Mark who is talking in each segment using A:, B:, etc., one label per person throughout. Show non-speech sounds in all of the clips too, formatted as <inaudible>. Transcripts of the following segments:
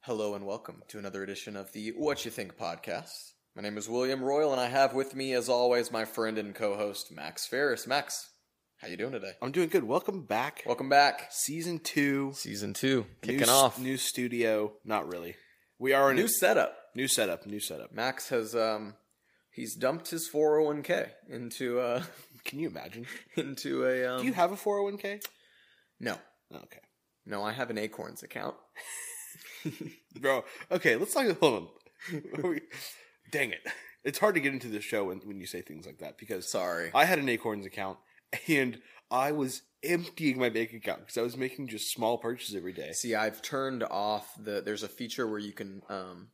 A: Hello and welcome to another edition of the What You Think podcast. My name is William Royal, and I have with me, as always, my friend and co-host Max Ferris. Max, how you doing today?
B: I'm doing good. Welcome back.
A: Welcome back,
B: Season two.
A: season two, kicking
B: new, s-
A: off.
B: New studio. Not really. We are in a
A: new
B: new,
A: setup.
B: new setup. New setup.
A: Max has um, he's dumped his 401k into uh <laughs>
B: Can you imagine?
A: into a um.
B: Do you have a 401k?
A: no,
B: Okay.
A: no, I have an Acorns account.
B: Bro, okay, let's talk. <laughs> Hold on. Dang it. It's hard to get into this show when, when you say things like that because
A: Sorry,
B: I had an Acorns account and I was emptying my bank account because I was making just small purchases every day.
A: See, I've turned off the. There's a feature where you can. Um,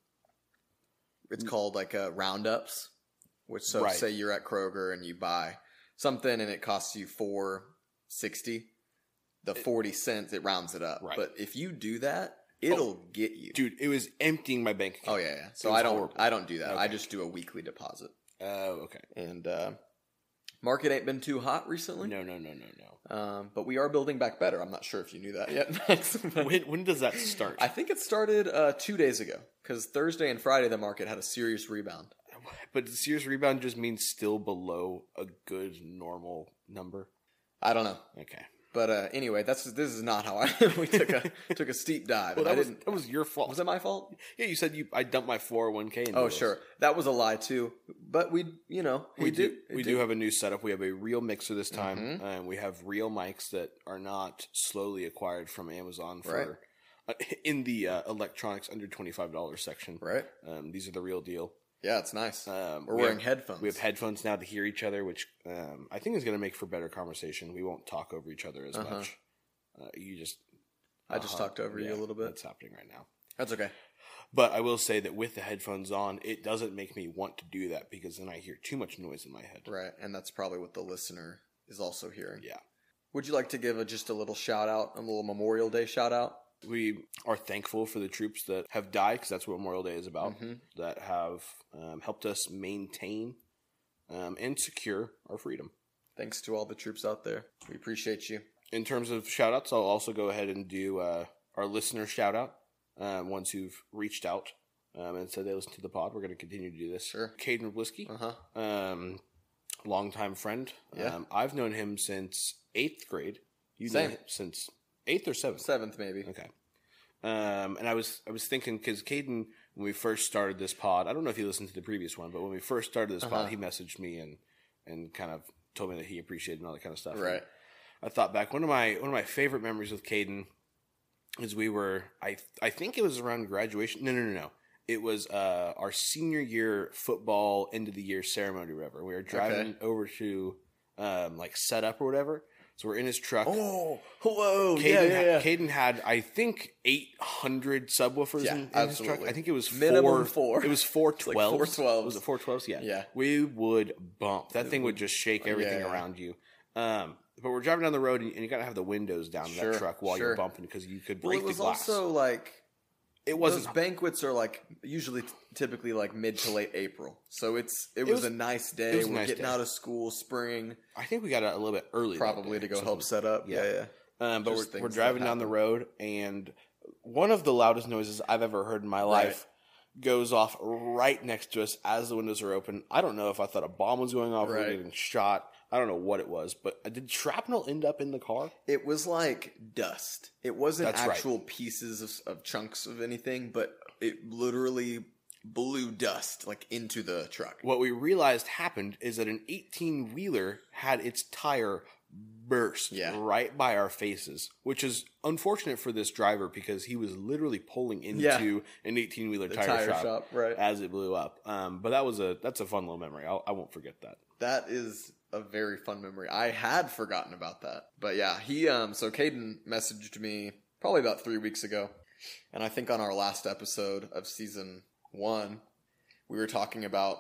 A: it's called like uh, roundups, which so
B: Mm. Right.
A: say you're at Kroger and you buy something and it costs you four sixty, the forty cents it rounds it up.
B: Right. Oh.
A: But if you do that, it'll get you.
B: Dude, it was emptying my bank
A: oh
B: account.
A: yeah, yeah. So
B: It was
A: I don't.
B: horrible.
A: I don't do that. I
B: Okay.
A: just do a weekly deposit.
B: Oh, okay.
A: And uh, market ain't been too hot recently.
B: No, no, no, no, no.
A: Um, but we are building back better. I'm not sure if you knew that yet. <laughs>
B: <laughs>
A: Max, but-
B: When, when does that start?
A: I think it started uh, two days ago because Thursday and Friday the market had a serious rebound.
B: But does Sears rebound just means still below a good normal number.
A: I don't know,
B: Okay.
A: but uh, anyway, that's this is not how I <laughs> we took
B: <laughs>
A: a took a steep dive.
B: Well,
A: and I
B: that was
A: didn't.
B: that was your fault.
A: Was that my fault?
B: yeah, you said you. I dumped my four hundred one k.
A: Oh, sure, that was a lie too. But we, you know,
B: We,
A: it
B: do.
A: did- it
B: We
A: did-
B: do have a new setup. We have a real mixer this time,
A: Mhm.
B: and we have real mics that are not slowly acquired from Amazon for.
A: Right.
B: Uh, <laughs> in the uh, electronics under twenty five dollars section,
A: right.
B: um, these are the real deal.
A: Yeah, it's nice.
B: Um,
A: We're
B: we
A: wearing
B: have,
A: headphones.
B: we have headphones now to hear each other, which um, I think is going to make for better conversation. We won't talk over each other as
A: Uh-huh.
B: much. Uh, you just
A: I just
B: Uh-huh.
A: talked over you a little bit.
B: That's happening right now.
A: That's
B: <laughs>
A: okay.
B: But I will say that with the headphones on, it doesn't make me want to do that because then I hear too much noise in my head.
A: Right, and that's probably what the listener is also hearing.
B: Yeah.
A: Would you like to give a, just a little shout out, a little Memorial Day shout out?
B: We are thankful for the troops that have died because that's what Memorial Day is about,
A: Mhm.
B: that have um, helped us maintain um, and secure our freedom.
A: Thanks to all the troops out there. We appreciate you.
B: In terms of shout outs, I'll also go ahead and do uh, our listener shout out, um, ones who've reached out um, and said they listen to the pod. We're going to continue to do this.
A: Sure.
B: Caden Rablisky.
A: Uh huh.
B: um, longtime friend.
A: Yeah.
B: Um, I've known him since eighth grade. You know
A: Same.
B: him since eighth or seventh?
A: Seventh, maybe.
B: Okay. Um, and I was I was thinking because Caden, when we first started this pod, I don't know if he listened to the previous one, but when we first started this
A: Uh-huh.
B: pod, he messaged me and and kind of told me that he appreciated and all that kind of stuff.
A: Right.
B: I thought back one of my one of my favorite memories with Caden is we were I I think it was around graduation. No, no, no, no. It was uh, our senior year football end of the year ceremony. or Whatever. We were driving over to um, like set up or whatever. So we're in his truck.
A: Oh, hello.
B: Caden, ha- Caden had I think eight hundred subwoofers
A: Yeah,
B: in, in his truck.
A: absolutely.
B: I think it was
A: Minimum
B: four.
A: four.
B: It was four
A: like
B: twelve.
A: 412s.
B: Was it four twelves? Yeah.
A: Yeah.
B: We would bump. That
A: It
B: thing would
A: would-
B: just shake everything
A: yeah, yeah.
B: around you. Um, but we're driving down the road and, and you gotta have the windows down in
A: Sure,
B: that truck while
A: sure.
B: you're bumping because you could
A: Well,
B: break
A: it was
B: the glass.
A: also like
B: it
A: those
B: wasn't.
A: banquets are like usually t- typically like mid to late April, so it's it, was,
B: was-
A: a nice
B: it
A: day.
B: was a
A: We're
B: nice
A: getting
B: day.
A: out of school, spring,
B: I think we got out a little bit early. that
A: probably to
B: day or
A: go
B: something.
A: help set up. Yeah,
B: Yeah.
A: yeah.
B: Um, but
A: Just
B: we're,
A: things
B: we're
A: that
B: driving down the
A: happen.
B: road, and one of the loudest noises I've ever heard in my life goes off right next to us as the windows are open. I don't know if I thought a bomb was going off or
A: Right.
B: we were getting shot. I don't know what it was, but did shrapnel end up in the car?
A: It was like dust. It wasn't
B: That's right.
A: actual pieces of, of chunks of anything, but it literally blew dust like into the truck.
B: What we realized happened is that an 18 wheeler had its tire burst
A: Yeah.
B: right by our faces, which is unfortunate for this driver because he was literally pulling into
A: Yeah.
B: an 18 wheeler
A: The
B: tire, shop.
A: right?
B: as it blew up. Um, but that was a that's a fun little memory. I'll, I won't forget that.
A: That is a very fun memory. I had forgotten about that. But yeah, he um so Caden messaged me probably about 3 weeks ago. And I think on our last episode of season 1, we were talking about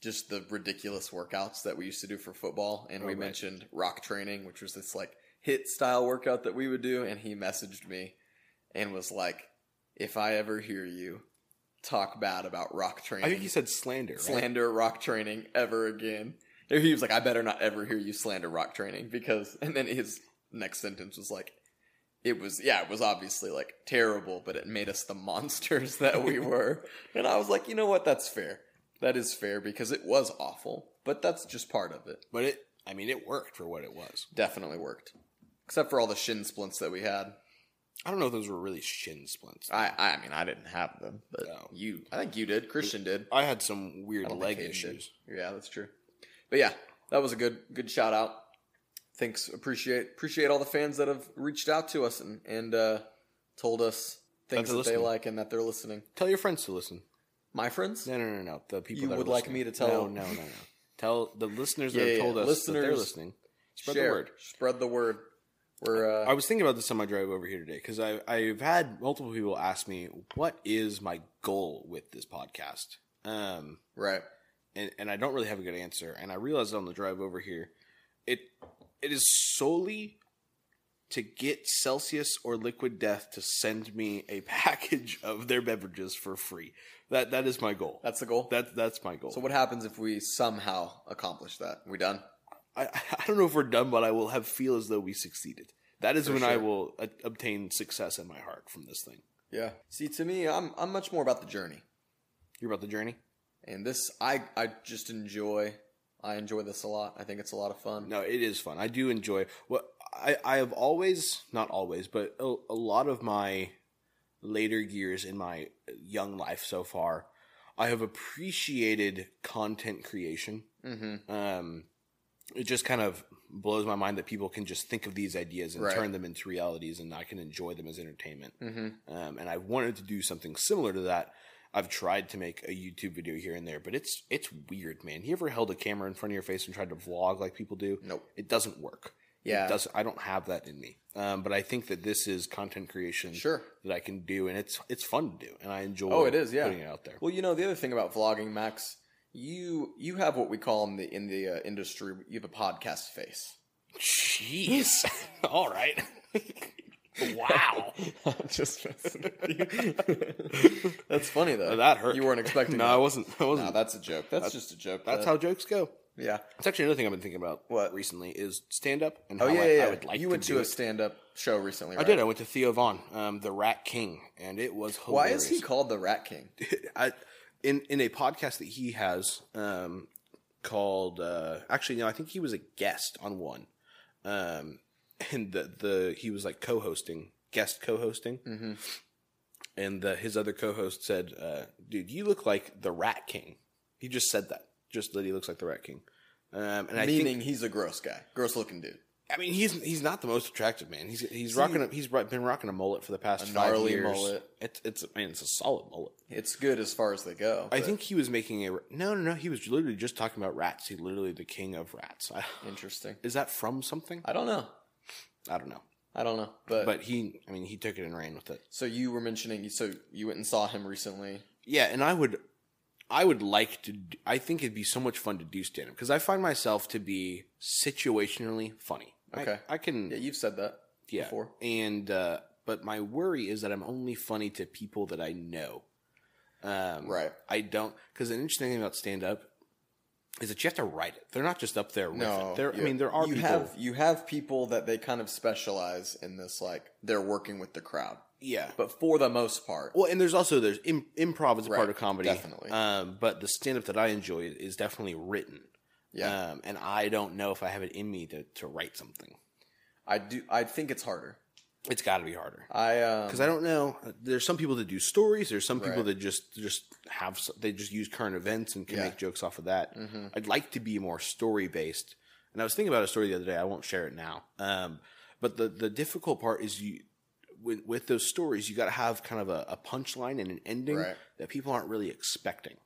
A: just the ridiculous workouts that we used to do for football and
B: Oh,
A: we
B: right.
A: mentioned rock training, which was this like hit style workout that we would do and he messaged me and was like, "If I ever hear you talk bad about rock training,
B: I think he said slander. Right?
A: slander rock training ever again. He was like, I better not ever hear you slander rock training because, and then his next sentence was like, it was yeah, it was obviously like terrible, but it made us the monsters <laughs> that
B: <laughs>
A: we were. and I was like, you know what? That's fair. That is fair because it was awful, but that's just part of it.
B: But it, I mean, it worked for what it was.
A: Definitely worked, except for all the shin splints that we had.
B: I don't know if those were really shin splints.
A: I I mean, I didn't have them, but
B: No.
A: you, I think you did. Christian did.
B: I had some
A: I
B: weird
A: don't
B: leg
A: think Hayden did.
B: issues.
A: Yeah, that's true. But yeah, that was a good good shout out. Thanks. Appreciate appreciate all the fans that have reached out to us and and uh, told us things
B: they're
A: that, they
B: listening.
A: like and that they're listening.
B: Tell your friends to listen.
A: My friends.
B: No, no, no, no. The people
A: You
B: that are
A: would like
B: listening.
A: me to tell-
B: No, no, no, no. Tell the listeners
A: Yeah,
B: that
A: yeah,
B: have told
A: yeah.
B: us that they're
A: Listeners,
B: listening. Spread
A: Share.
B: the word.
A: Spread the word. We're uh,
B: I was thinking about this on my drive over here today because I I've had multiple people ask me what is my goal with this podcast, um,
A: right.
B: and and I don't really have a good answer. And I realized on the drive over here, it it is solely to get Celsius or Liquid Death to send me a <laughs> package of their beverages for free. That that is my goal.
A: That's the goal.
B: That that's my goal.
A: so what happens if we somehow accomplish that? We done?
B: I, <laughs> I don't know if we're done, but I will have feel as though we succeeded. That is
A: For
B: when I
A: sure.
B: will uh, obtain success in my heart from this thing.
A: Yeah. See, to me, I'm I'm much more about the journey.
B: You're about the journey.
A: And this, I I just enjoy. I enjoy this a lot. I think it's a lot of fun.
B: No, it is fun. I do enjoy what I, I have always, not always, but a, a lot of my later years in my young life so far, I have appreciated content creation.
A: Mm-hmm.
B: Um, it just kind of blows my mind that people can just think of these ideas and
A: Right.
B: turn them into realities, and I can enjoy them as entertainment.
A: Mm-hmm.
B: um, and I wanted to do something similar to that. I've tried to make a YouTube video here and there, but it's it's weird, man. You ever held a camera in front of your face and tried to vlog like people do?
A: Nope.
B: It doesn't work.
A: Yeah.
B: it does. I don't have that in me. Um, but I think that this is content creation
A: Sure.
B: that I can do, and it's it's fun to do, and I enjoy.
A: Oh, it is, yeah.
B: putting it out there.
A: Well, you know the other thing about vlogging, Max, you you have what we call in the in the uh, industry, you have a podcast
B: <laughs>
A: face.
B: Jeez. <laughs>
A: <laughs>
B: All right. wow.
A: I'm just messing with you. <laughs> that's funny though.
B: that hurt.
A: You weren't expecting.
B: no,
A: that.
B: I wasn't. I wasn't.
A: Nah, that's a joke. That's, just a joke.
B: that's
A: though.
B: how jokes go.
A: Yeah.
B: It's actually another thing I've been thinking about
A: What?
B: recently is stand up and
A: Oh
B: how
A: yeah,
B: I,
A: yeah,
B: I
A: yeah.
B: would like
A: you
B: to
A: went
B: do
A: to
B: it.
A: a stand-up show recently. Right?
B: I did. I went to Theo Vaughn, um, the Rat King, and it was
A: Why
B: hilarious.
A: is he called the Rat King?
B: <laughs> I, in in a podcast that he has um, called? Uh, actually, no, I think he was a guest on one, um, and the the he was like co-hosting, guest co-hosting,
A: Mm-hmm.
B: and the, his other co-host said, uh, "Dude, you look like the Rat King." He just said that, just that he looks like the Rat King, um, and I
A: Meaning
B: think
A: he's a gross guy, gross-looking dude,
B: I mean, he's he's not the most attractive man. He's he's
A: See-
B: rocking a, he's ro- been rocking a mullet for the past
A: a
B: five
A: gnarly
B: years.
A: mullet.
B: It's it's I mean, it's a solid mullet.
A: It's good as far as they go.
B: I
A: but
B: think he was making a no no no. He was literally just talking about rats. He's literally the king of rats. I,
A: interesting.
B: is that from something?
A: I don't know.
B: I don't know.
A: I don't know. But,
B: But he I mean he took it and ran with it.
A: so you were mentioning so you went and saw him recently.
B: Yeah, and I would I would like to. d- I think it'd be so much fun to do stand up because I find myself to be situationally funny. I-
A: Okay.
B: I, can
A: Yeah, you've said that
B: yeah.
A: before.
B: and uh, but my worry is that I'm only funny to people that I know. Um,
A: Right.
B: I don't because an interesting thing about stand up is that you have to write it. They're not just up there. With
A: No,
B: it. There,
A: you-
B: I mean, there are
A: you
B: people.
A: have you have people that they kind of specialize in this, like they're working with the crowd,
B: yeah.
A: but for the most part,
B: Well, and there's also there's Im- improv is a
A: Right,
B: part of comedy,
A: definitely.
B: Um, but the stand up that I enjoy is definitely written.
A: yeah,
B: Um, and I don't know if I have it in me to, to write something.
A: I do. I think it's harder.
B: It's got to be harder.
A: I
B: because
A: um,
B: I don't know. There's some people that do stories. There's some people
A: Right.
B: that just just have s- they just use current events and can
A: Yeah.
B: make jokes off of that.
A: Mhm.
B: I'd like to be more story based. And I was thinking about a story the other day. I won't share it now. Um, but the the difficult part is you with, with those stories, you got to have kind of a, a punchline and an ending
A: Right.
B: that people aren't really expecting.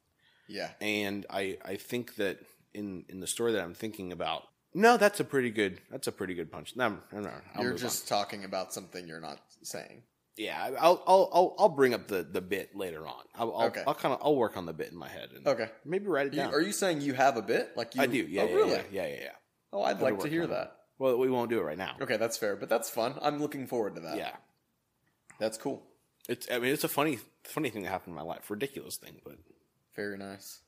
A: yeah,
B: And I I think that in in the story that I'm thinking about. No, that's a pretty good. That's a pretty good punch. No, no, no. I'll
A: you're
B: move on.
A: just talking about something you're not saying.
B: Yeah, I- I'll I'll I'll, I'll bring up the, the bit later on. I'll I'll,
A: Okay.
B: I'll kind of I'll work on the bit in my head and
A: Okay,
B: maybe write it
A: you,
B: down.
A: are you saying you have a bit? Like you,
B: I do. Yeah,
A: oh,
B: yeah,
A: really?
B: yeah, yeah, yeah, yeah.
A: Oh, I'd
B: Gotta
A: like to
B: work
A: hear
B: on it.
A: that.
B: Well, we won't do it right now.
A: Okay, that's fair, but that's fun. I'm looking forward to that.
B: Yeah,
A: that's cool.
B: it's I mean it's a funny funny thing that happened in my life, ridiculous thing, but
A: Very nice.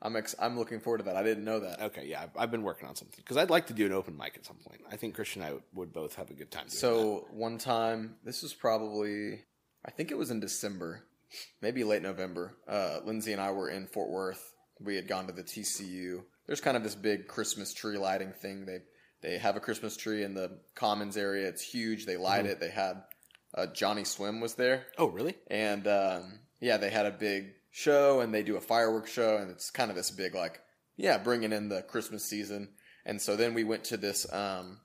A: I'm ex- I'm looking forward to that. I didn't know that.
B: Okay, yeah, I've, I've been working on something because I'd like to do an open mic at some point. I think Christian and I would, would both have a good time. Doing that.
A: So one time, this was probably, I think it was in December, maybe late November. Uh, Lindsay and I were in Fort Worth. We had gone to the TCU. There's kind of this big Christmas tree lighting thing. They they have a Christmas tree in the Commons area. It's huge. They light
B: Mm-hmm.
A: it. They had uh, Johnny Swim was there,
B: oh really?
A: and um, yeah, they had a big show and they do a fireworks show, and it's kind of this big like yeah, bringing in the Christmas season. And so then we went to this. Um,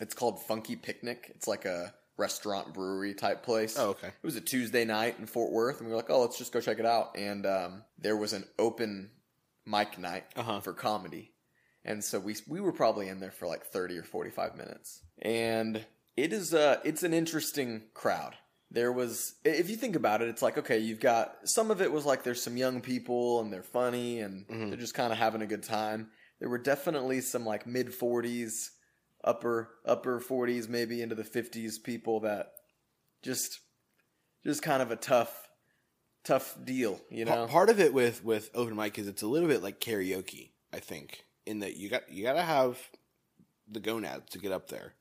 A: it's called Funky Picnic. It's like a restaurant brewery type place
B: Oh okay.
A: it was a Tuesday night in Fort Worth, and we were like, "Oh, let's just go check it out." And um, there was an open mic night
B: Uh huh.
A: for comedy, and so we we were probably in there for like thirty or forty five minutes. And it is uh it's an interesting crowd. There was i- if you think about it, it's like okay, you've got some of it was like there's some young people and they're funny and
B: Mhm.
A: they're just kind of having a good time. There were definitely some like mid forties, upper upper forties, maybe into the fifties people that just just kind of a tough tough deal, you know.
B: part of it with with open mic is it's a little bit like karaoke. I think in that you got you got to have the gonads to get up there.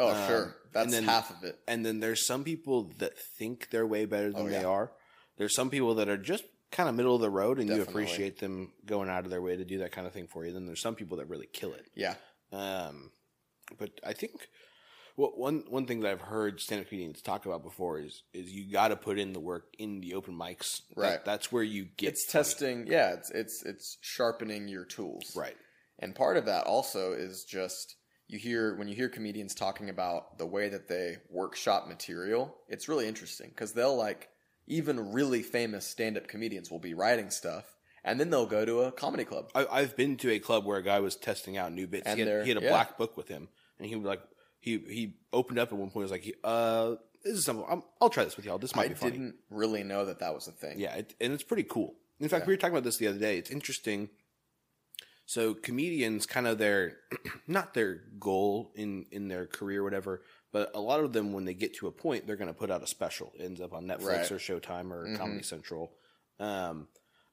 A: oh,
B: um,
A: sure, that's
B: then-
A: half of it.
B: and then there's some people that think they're way better than
A: Oh,
B: they
A: yeah.
B: are. There's some people that are just kind of middle of the road, and you
A: Definitely.
B: appreciate them going out of their way to do that kind of thing for you. Then there's some people that really kill it.
A: Yeah,
B: Um, but I think what one one thing that I've heard stand-up comedians talk about before is is you got to put in the work in the open mics. That-
A: Right.
B: that's where you get
A: it's
B: funny.
A: testing yeah it's it's it's sharpening your tools
B: Right.
A: and part of that also is just you hear when you hear comedians talking about the way that they workshop material it's really interesting because they'll like even really famous stand-up comedians will be writing stuff and then they'll go to a comedy club
B: I, I've been to a club where a guy was testing out new bits.
A: And
B: He had,
A: they're-
B: he had a
A: yeah.
B: black book with him, and he was like, he he opened up at one point. He was like, uh, this is something. I'm, I'll try this with y'all. This might
A: i
B: be funny.
A: didn't really know that that was a thing
B: Yeah, it, and it's pretty cool. In fact,
A: Yeah.
B: we were talking about this the other day. It's interesting. So comedians, kind of their <clears throat> not their goal in in their career, whatever. But a lot of them, when they get to a point, they're going to put out a special. It ends up on Netflix
A: Right.
B: or Showtime or
A: Mhm.
B: Comedy Central. Um,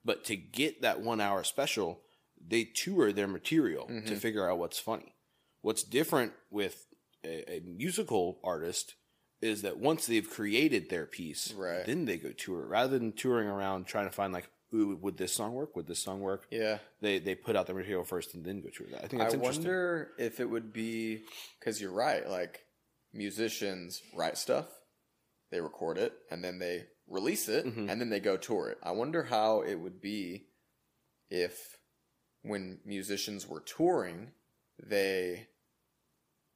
B: but to get that one hour special, they tour their material to
A: Mhm.
B: figure out what's funny. What's different with a, a musical artist is that once they've created their piece,
A: Right.
B: then they go tour rather than touring around trying to find like, ooh, would this song work? Would this song work?
A: yeah
B: They they put out their material first and then go tour that. I think
A: I
B: that's interesting.
A: wonder if it would be because you're right. Like musicians write stuff, they record it, and then they release it,
B: Mhm.
A: and then they go tour it. I wonder how it would be if when musicians were touring, they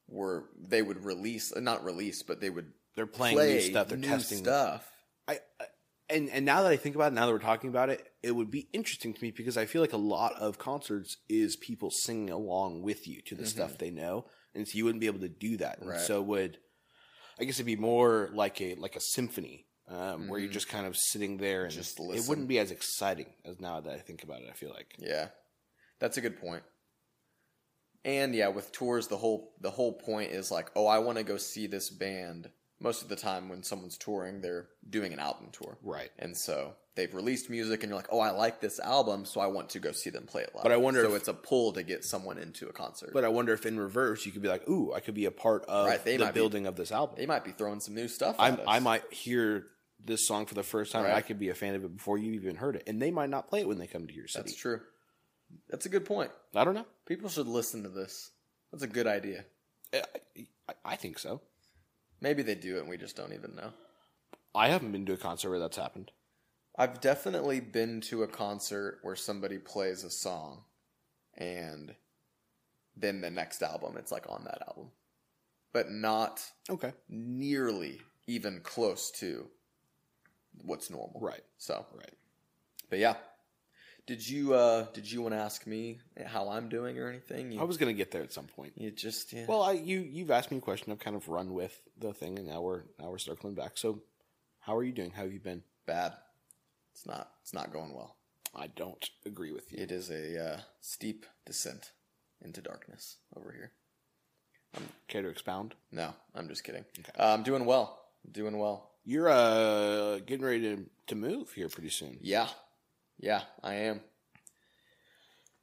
A: were they would release not release, but they would
B: They're playing
A: play
B: new stuff. They're
A: new
B: testing
A: stuff.
B: I, I and and now that I think about it, now that we're talking about it, it would be interesting to me because I feel like a lot of concerts is people singing along with you to the
A: Mhm.
B: stuff they know, and so you wouldn't be able to do that. And
A: Right.
B: So would I guess it'd be more like a like a symphony um, where you're
A: Mhm.
B: just kind of sitting there and
A: Just
B: it
A: listen.
B: wouldn't be as exciting as now that I think about it. I feel like
A: Yeah, that's a good point. And yeah, with tours, the whole the whole point is like, oh, I want to go see this band. Most of the time, when someone's touring, they're doing an album tour,
B: right.
A: and so they've released music, and you're like, oh, I like this album, so I want to go see them play it live.
B: But I wonder
A: so
B: if-
A: it's a pull to get someone into a concert.
B: But I wonder if in reverse you could be like, ooh, I could be a part of
A: Right, they
B: the
A: might be-
B: building of this album.
A: they might be throwing some new stuff.
B: I'm,
A: at us.
B: I might hear this song for the first time. and I
A: Right.
B: could be a fan of it before you even heard it, and they might not play it when they come to your city.
A: That's true. That's a good point.
B: I don't know.
A: People should listen to this. That's a good idea.
B: I, Eh, I, I think so.
A: Maybe they do it, and we just don't even know.
B: I haven't been to a concert where that's happened.
A: I've definitely been to a concert where somebody plays a song and then the next album it's like on that album. But not
B: Okay,
A: nearly even close to what's normal.
B: right,
A: So,
B: right.
A: but yeah. Did you uh did you want to ask me how I'm doing or anything? You,
B: I was gonna get there at some point.
A: you just yeah.
B: Well, I, you you've asked me a question. I've kind of run with the thing, and now we're now we're circling back. So, how are you doing? How have you been?
A: bad. It's not it's not going well.
B: I don't agree with you.
A: It is a uh, steep descent into darkness over here.
B: Care to expound?
A: No, I'm just kidding.
B: Okay.
A: Uh, I'm doing well. Doing well.
B: You're uh getting ready to to move here pretty soon.
A: Yeah. Yeah, I am.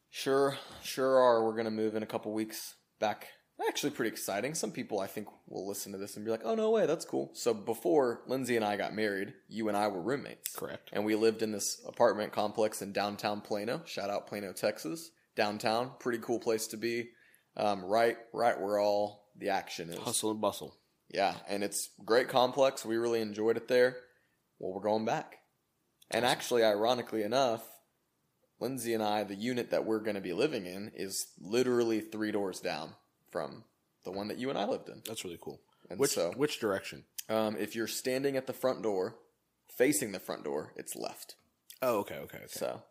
A: Sure, sure are. We're gonna move in a couple weeks back. Actually, pretty exciting. Some people I think will listen to this and be like, "Oh no way, that's cool." So before Lindsay and I got married, you and I were roommates,
B: Correct.
A: and we lived in this apartment complex in downtown Plano. Shout out Plano, Texas. Downtown, pretty cool place to be. Um, right, right where all the action is.
B: Hustle and bustle.
A: Yeah, and it's great complex. We really enjoyed it there. Well, we're going back. And actually, ironically enough, Lindsay and I, the unit that we're going to be living in, is literally three doors down from the one that you and I lived in.
B: That's really cool.
A: And
B: Which
A: so,
B: which direction?
A: um, if you're standing at the front door, facing the front door, it's left.
B: Oh, okay, okay, okay. So,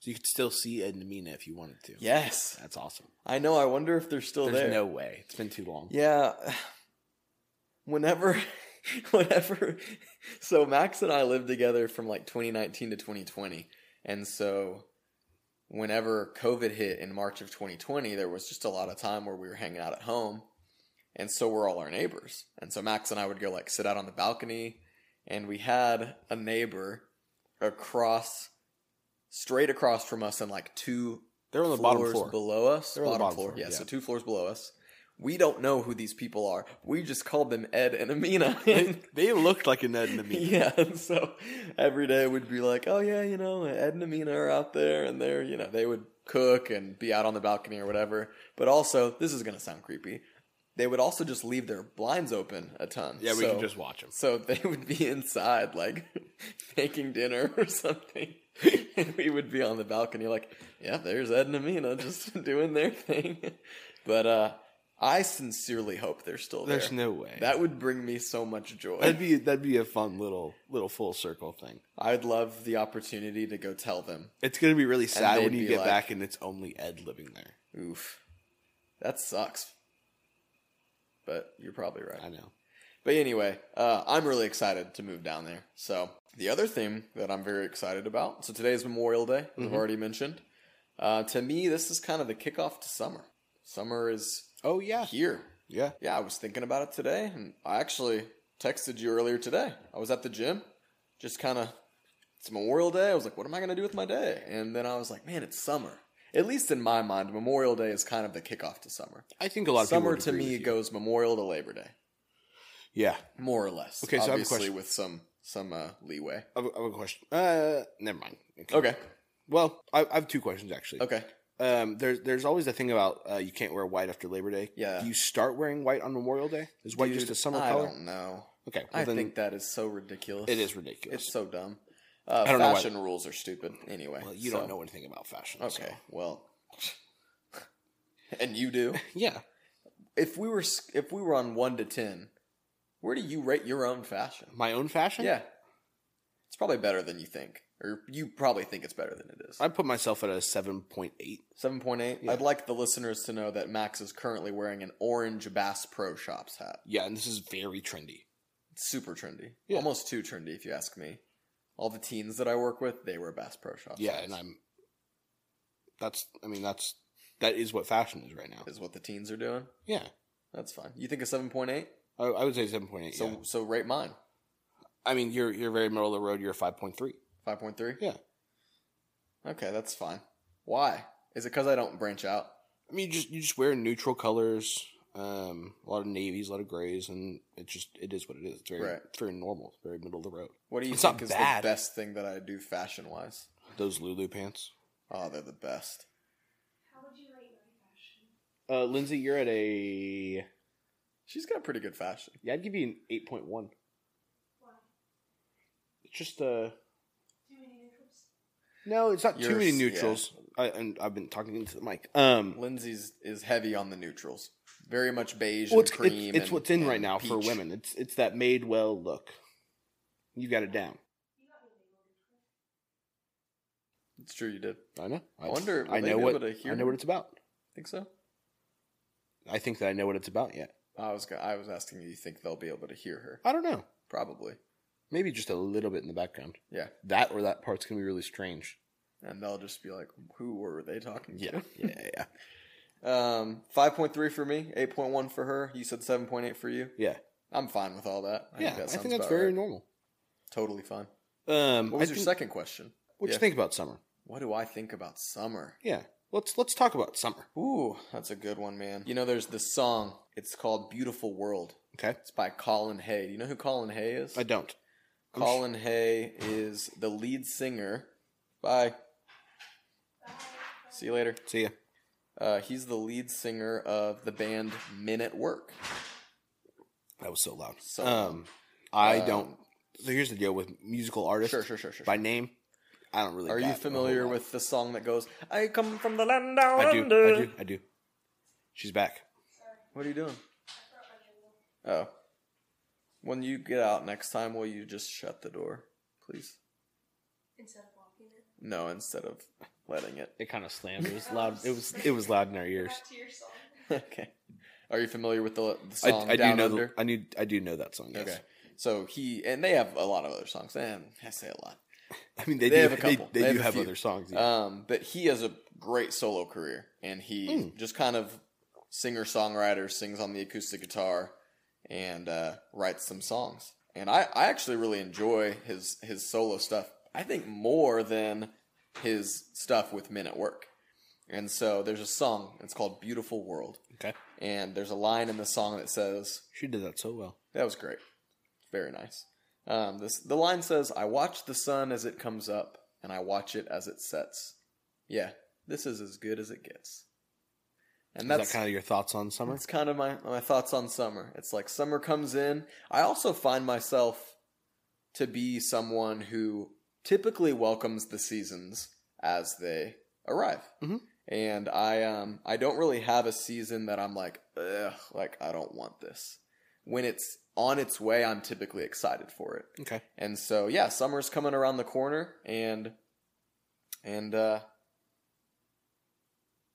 A: So,
B: you could still see Edmina if you wanted to.
A: yes,
B: That's awesome.
A: I know. I wonder if they're still
B: There's
A: there.
B: no way. It's been too long.
A: Yeah. <sighs> Whenever, <laughs> whenever, <laughs> so Max and I lived together from like 2019 to 2020. And so whenever COVID hit in March of 2020, there was just a lot of time where we were hanging out at home. And so were all our neighbors. And so Max and I would go like sit out on the balcony. And we had a neighbor across, straight across from us and like two
B: They're on the
A: floors
B: bottom floor.
A: below us.
B: They're on
A: bottom,
B: the bottom
A: floor.
B: floor,
A: Yeah,
B: yeah.
A: so two floors below us. We don't know who these people are. We just called them Ed and
B: <laughs>
A: Amina. And
B: they looked like an
A: <laughs>
B: Edmina.
A: yeah, and so every day we'd be like, oh yeah, you know, Ed and Amina are out there and they're, you know, they would cook and be out on the balcony or whatever. But also, this is going to sound creepy. They would also just leave their blinds open a ton.
B: yeah, we
A: So-
B: can just watch them.
A: so <laughs> they would be inside, like <laughs> making dinner or something. <laughs> and we would be on the balcony, like, yeah, there's Ed and Amina just <laughs> doing their thing. <laughs> But uh, I sincerely hope they're still there.
B: There's no way.
A: that would bring me so much joy.
B: That'd be that'd be a fun little little full circle thing.
A: I'd love the opportunity to go tell them,
B: It's gonna be really sad when
A: they'd
B: you
A: be
B: get
A: like-
B: back and it's only Ed living there.
A: oof, that sucks. But you're probably right.
B: I know.
A: But anyway, uh, I'm really excited to move down there. So the other thing that I'm very excited about. So today is Memorial Day, as I've
B: Mhm.
A: already mentioned. Uh, to me, this is kind of the kickoff to summer. Summer is
B: Oh yeah,
A: here.
B: yeah.
A: Yeah, I was thinking about it today, and I actually texted you earlier today. I was at the gym, just kind of. It's Memorial Day. I was like, what am I going to do with my day? And then I was like, man, it's summer. At least in my mind, Memorial Day is kind of the kickoff to summer.
B: I think a lot of people
A: Summer
B: would
A: to
B: agree
A: me
B: with you.
A: goes Memorial to Labor Day
B: Yeah,
A: more or less.
B: Okay, so I have a
A: obviously
B: question.
A: with some some uh, leeway.
B: I have, I have a question. Uh, never mind.
A: Okay,
B: Well, I, I have two questions actually.
A: okay,
B: Um, there's there's always the thing about uh, you can't wear white after Labor Day.
A: yeah.
B: Do you start wearing white on Memorial Day? Is white just
A: Dude,
B: a summer
A: I
B: color?
A: don't know.
B: Okay, well,
A: I
B: then
A: think that is so ridiculous.
B: it is ridiculous.
A: It's so dumb. Uh,
B: I don't know why-
A: fashion rules are stupid. Anyway,
B: well, you
A: so-
B: don't know anything about fashion. so-
A: Okay, well, <laughs> and you do.
B: Yeah.
A: If we were s- if we were on one to ten, where do you rate your own fashion?
B: My own fashion.
A: Yeah, it's probably better than you think, or you probably think it's better than it is.
B: I put myself at a seven point eight.
A: Seven point eight.
B: Yeah.
A: I'd like the listeners to know that Max is currently wearing an orange Bass Pro Shops hat.
B: Yeah, and this is very trendy.
A: It's super trendy,
B: Yeah.
A: almost too trendy if you ask me. All the teens that I work with, they wear Bass Pro Shops.
B: Yeah,
A: hats,
B: and I'm. That's. I mean, that's. That is what fashion is right now.
A: is what the teens are doing.
B: Yeah,
A: That's fine. You think a seven point eight?
B: I, I would say seven point eight.
A: So
B: yeah.
A: so rate mine
B: I mean, you're you're very middle of the road. You're a five point three.
A: five point three.
B: Yeah.
A: Okay, that's fine. Why? Is it because I don't branch out?
B: I mean, you just you just wear neutral colors. Um, a lot of navies, a lot of grays, and it just it is what it is. It's very
A: Right.
B: it's very normal. It's very middle of the road.
A: What do you
B: It's
A: think
B: not
A: is
B: bad.
A: the best thing that I do fashion wise?
B: Those Lulu pants.
A: Oh, they're the best.
C: How would you rate my fashion?
B: Uh, Lindsay, you're at a
A: She's got pretty good fashion.
B: yeah. I'd give you an eight point one.
C: Why?
B: It's just uh
C: Too many neutrals?
B: no, it's not too
A: Yours,
B: many
A: yeah.
B: neutrals. I, and I've been talking into the mic. Um,
A: Lindsay's is heavy on the neutrals. Very much beige
B: well,
A: and
B: it's, it's,
A: cream.
B: it's
A: and-
B: what's in
A: and
B: right now for
A: peach.
B: women. It's it's that made well look. You got it down.
C: You got me a little neutral.
A: It's true, you did.
B: I know.
A: I wonder, will
B: I
A: they
B: know
A: be
B: what.
A: able to hear
B: I
A: me?
B: know what it's about.
A: Think so?
B: I think that I know what it's about yet.
A: I was go- I was asking you. You think they'll be able to hear her?
B: I don't know.
A: Probably.
B: Maybe just a little bit in the background.
A: Yeah.
B: That or that part's gonna be really strange.
A: And they'll just be like, "Who were they talking
B: Yeah.
A: to?"
B: yeah. Yeah.
A: <laughs> Um, five point three for me, eight point one for her. You said seven point eight for you.
B: Yeah.
A: I'm fine with all that.
B: Yeah.
A: that
B: I
A: sounds
B: think that's
A: about
B: very
A: right.
B: normal.
A: totally fine.
B: Um,
A: What was
B: I
A: your
B: think-
A: second question?
B: What you
A: yeah.
B: think about summer?
A: What do I think about summer?
B: Yeah. let's let's talk about summer.
A: Ooh, that's a good one, man. You know, there's this song. It's called "Beautiful World."
B: Okay,
A: It's by Colin Hay. Do you know who Colin Hay is?
B: I don't. I'm sh-
A: Colin Hay is the lead singer. Bye. See you later.
B: See ya.
A: Uh, he's the lead singer of the band Men at Work.
B: That was so loud.
A: So-
B: um, I
A: Uh,
B: don't. So here's the deal with musical artists
A: Sure, sure, sure, sure.
B: by name. I don't really.
A: Are
B: bat a
A: you
B: whole
A: familiar
B: lot.
A: with the song that goes, I come from the land down
B: I do.
A: under?
B: I do. I do. She's back.
A: What are you doing?
C: I brought my journal.
A: Oh. When you get out next time, will you just shut the door, please?
C: Instead of walking it.
A: No, instead of letting it.
B: It kind of slammed. It was loud. It was. It was loud in our ears.
C: Back to your song.
A: <laughs> okay. Are you familiar with the, the
B: I,
A: song
B: I do
A: Down
B: know.
A: Under?
B: The, I knew. I do know that song. Yes.
A: Okay. So he, and they have a lot of other songs. And I say a lot.
B: I mean, they,
A: They
B: do
A: have a
B: they-
A: couple.
B: They,
A: They
B: do
A: have a
B: have, Uh,
A: few.
B: other songs. yeah.
A: Um, but he has a great solo career, and he
B: Mm.
A: just kind of singer songwriter sings on the acoustic guitar and uh, writes some songs. And I, I actually really enjoy his his solo stuff. I think more than his stuff with Men at Work. And so there's a song. It's called "Beautiful World,"
B: okay.
A: and there's a line in the song that says,
B: She did that so well.
A: that was great. Very nice. Um, this the line says, "I watch the sun as it comes up, and I watch it as it sets." Yeah, this is as good as it gets. And
B: Is
A: that's
B: that kind of your thoughts on summer?
A: that's kind of my my thoughts on summer. It's like summer comes in. I also find myself to be someone who typically welcomes the seasons as they arrive.
B: Mhm.
A: And I um I don't really have a season that I'm like ugh like I don't want this. When it's on its way, I'm typically excited for it.
B: Okay.
A: And so yeah, summer's coming around the corner and and uh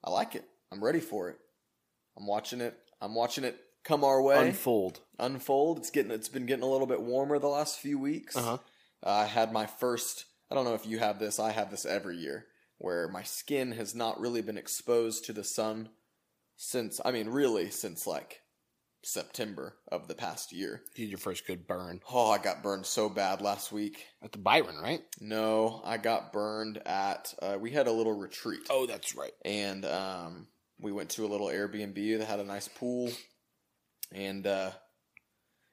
A: I like it. I'm ready for it. I'm watching it. I'm watching it come our way.
B: Unfold.
A: unfold. It's getting it's been getting a little bit warmer the last few weeks.
B: Uh huh.
A: I had my first, I don't know if you have this, I have this every year, where my skin has not really been exposed to the sun since, I mean, really, since like September of the past year.
B: You did your first good burn
A: Oh, I got burned so bad last week.
B: at the Byron, right?
A: No, I got burned at, uh, we had a little retreat.
B: Oh, that's right.
A: And um, we went to a little Airbnb that had a nice pool. And uh,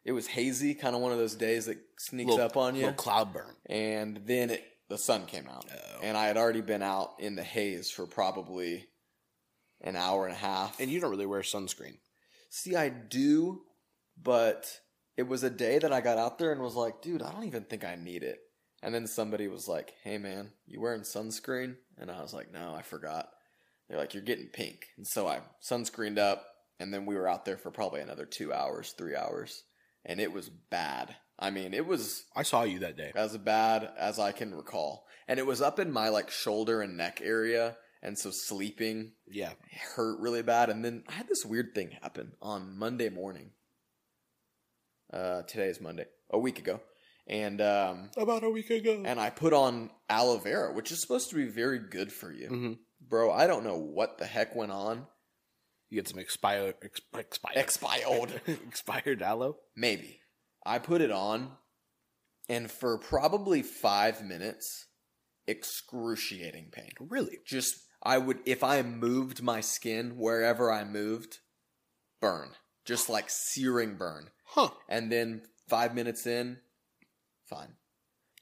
A: it was hazy, kind of one of those days that sneaks
B: Little-
A: up on you
B: Little cloud burn.
A: and then it, the sun came out
B: Oh.
A: and i had already been out in the haze for probably an hour and a half
B: And you don't really wear sunscreen.
A: see i do but it was a day that i got out there and was like dude i don't even think i need it and then somebody was like hey man you wearing sunscreen and i was like no i forgot they're like you're getting pink and so i sunscreened up and then we were out there for probably another two hours three hours and it was bad i mean it was
B: I saw you that day.
A: as bad as I can recall. And it was up in my like shoulder and neck area, and so sleeping
B: Yeah.
A: hurt really bad. And then I had this weird thing happen on Monday morning. Uh, today is Monday, a week ago, and um,
B: About a week ago.
A: and I put on aloe vera, which is supposed to be very good for you,
B: hmm
A: bro. I don't know what the heck went on.
B: You get some expired, ex- expired,
A: Expired.
B: <laughs> expired aloe.
A: Maybe. I put it on, and for probably five minutes, excruciating pain.
B: Really?
A: Just, I would, if I moved my skin wherever I moved, burn. Just like searing burn.
B: Huh.
A: And then five minutes in, fine.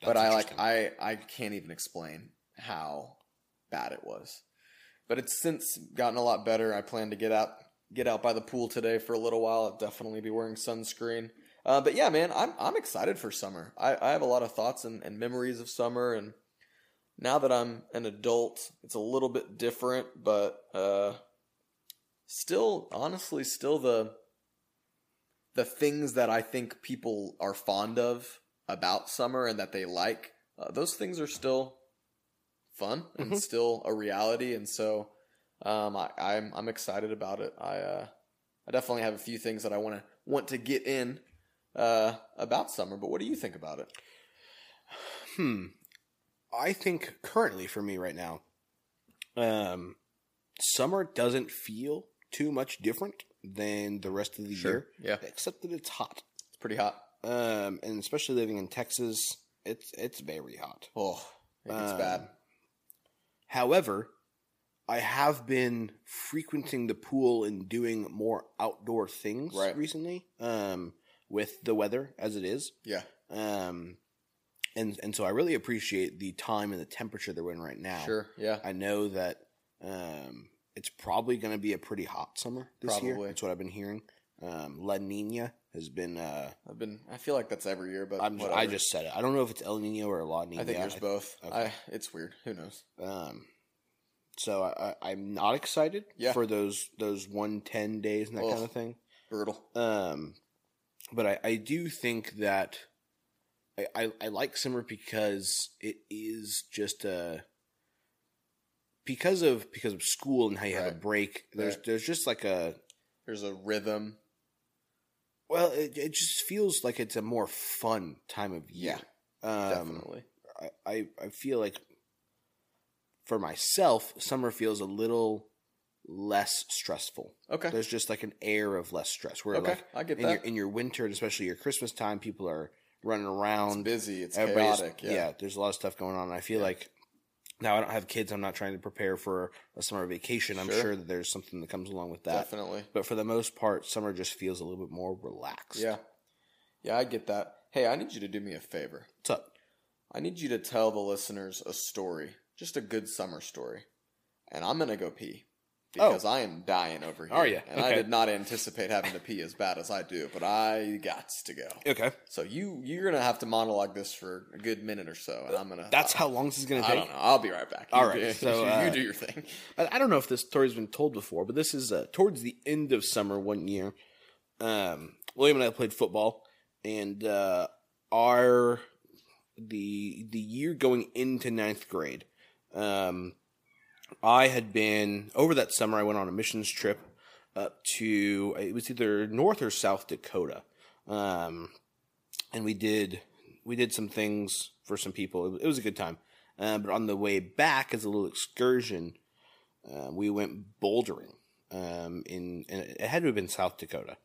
B: That's
A: but I like,
B: interesting.
A: I, I can't even explain how bad it was. But it's since gotten a lot better. I plan to get out get out by the pool today for a little while. I'll definitely be wearing sunscreen. Uh, but yeah, man, I'm I'm excited for summer. I, I have a lot of thoughts and, and memories of summer, and now that I'm an adult, it's a little bit different, but uh, still, honestly, still the the things that I think people are fond of about summer and that they like, uh, those things are still fun and
B: Mhm.
A: still a reality, and so um, I, I'm I'm excited about it. I uh, I definitely have a few things that I want to want to get in uh, about summer. But what do you think about it?
B: Hmm. I think currently for me right now, um, summer doesn't feel too much different than the rest of the year,
A: Yeah,
B: except that it's hot.
A: it's pretty hot.
B: Um, and especially living in Texas, it's it's very hot.
A: Oh, it gets
B: Um,
A: bad.
B: However, I have been frequenting the pool and doing more outdoor things
A: Right.
B: recently um, with the weather as it is.
A: Yeah.
B: Um, and, and so I really appreciate the time and the temperature that we're in right now.
A: Sure. Yeah.
B: I know that um, it's probably going to be a pretty hot summer this year.
A: Probably.
B: That's what I've been hearing. Um, La Nina has been. Uh,
A: I've been. I feel like that's every year, but
B: I'm,
A: whatever.
B: I just said it. I don't know if it's El Nino or La Nina.
A: I think there's both.
B: okay.
A: I. It's weird. Who knows?
B: Um, so I, I, I'm not excited
A: Yeah.
B: for those those 110 days and that kind
A: Ugh.
B: of thing.
A: Brutal.
B: Um, but I, I do think that I, I, I like summer because it is just a because of because of school and how you have a
A: Right.
B: break. There's
A: Right.
B: there's just like a
A: There's a rhythm.
B: well, it, it just feels like it's a more fun time of year. um,
A: Definitely.
B: I, I I feel like for myself, summer feels a little less stressful.
A: Okay.
B: There's just like an air of less stress. Where
A: okay.
B: like
A: I get
B: in your
A: that.
B: in your winter and especially your Christmas time, people are running
A: it's
B: around.
A: busy. It's
B: everybody's-
A: chaotic. Yeah.
B: there's a lot of stuff going on. And I feel
A: Yeah.
B: like now I don't have kids. I'm not trying to prepare for a summer vacation. I'm
A: Sure.
B: sure that there's something that comes along with that.
A: Definitely.
B: But for the most part, summer just feels a little bit more relaxed.
A: Yeah. Yeah. I get that. Hey, I need you to do me a favor.
B: What's up?
A: I need you to tell the listeners a story, just a good summer story. And I'm going to go pee because I am dying over here.
B: Oh. Are ya?
A: And I
B: Okay.
A: did not anticipate having to pee as bad as I do, but I got to go.
B: Okay.
A: So you you're going to have to monologue this for a good minute or so and I'm going to
B: That's how long this is going to
A: Uh, I
B: take.
A: don't know. I'll be right back.
B: All
A: You
B: right,
A: do- <laughs>
B: so,
A: you,
B: uh,
A: do your thing.
B: I, I don't know if this story's been told before, but this is uh, towards the end of summer one year. Um, William and I played football, and uh, our the the year going into ninth grade, um, I had been over that summer. I went on a missions trip up to it was either North or South Dakota, um, and we did we did some things for some people. It, it was a good time. Uh, but on the way back, as a little excursion, um, we went bouldering um, in, and it had to have been South Dakota.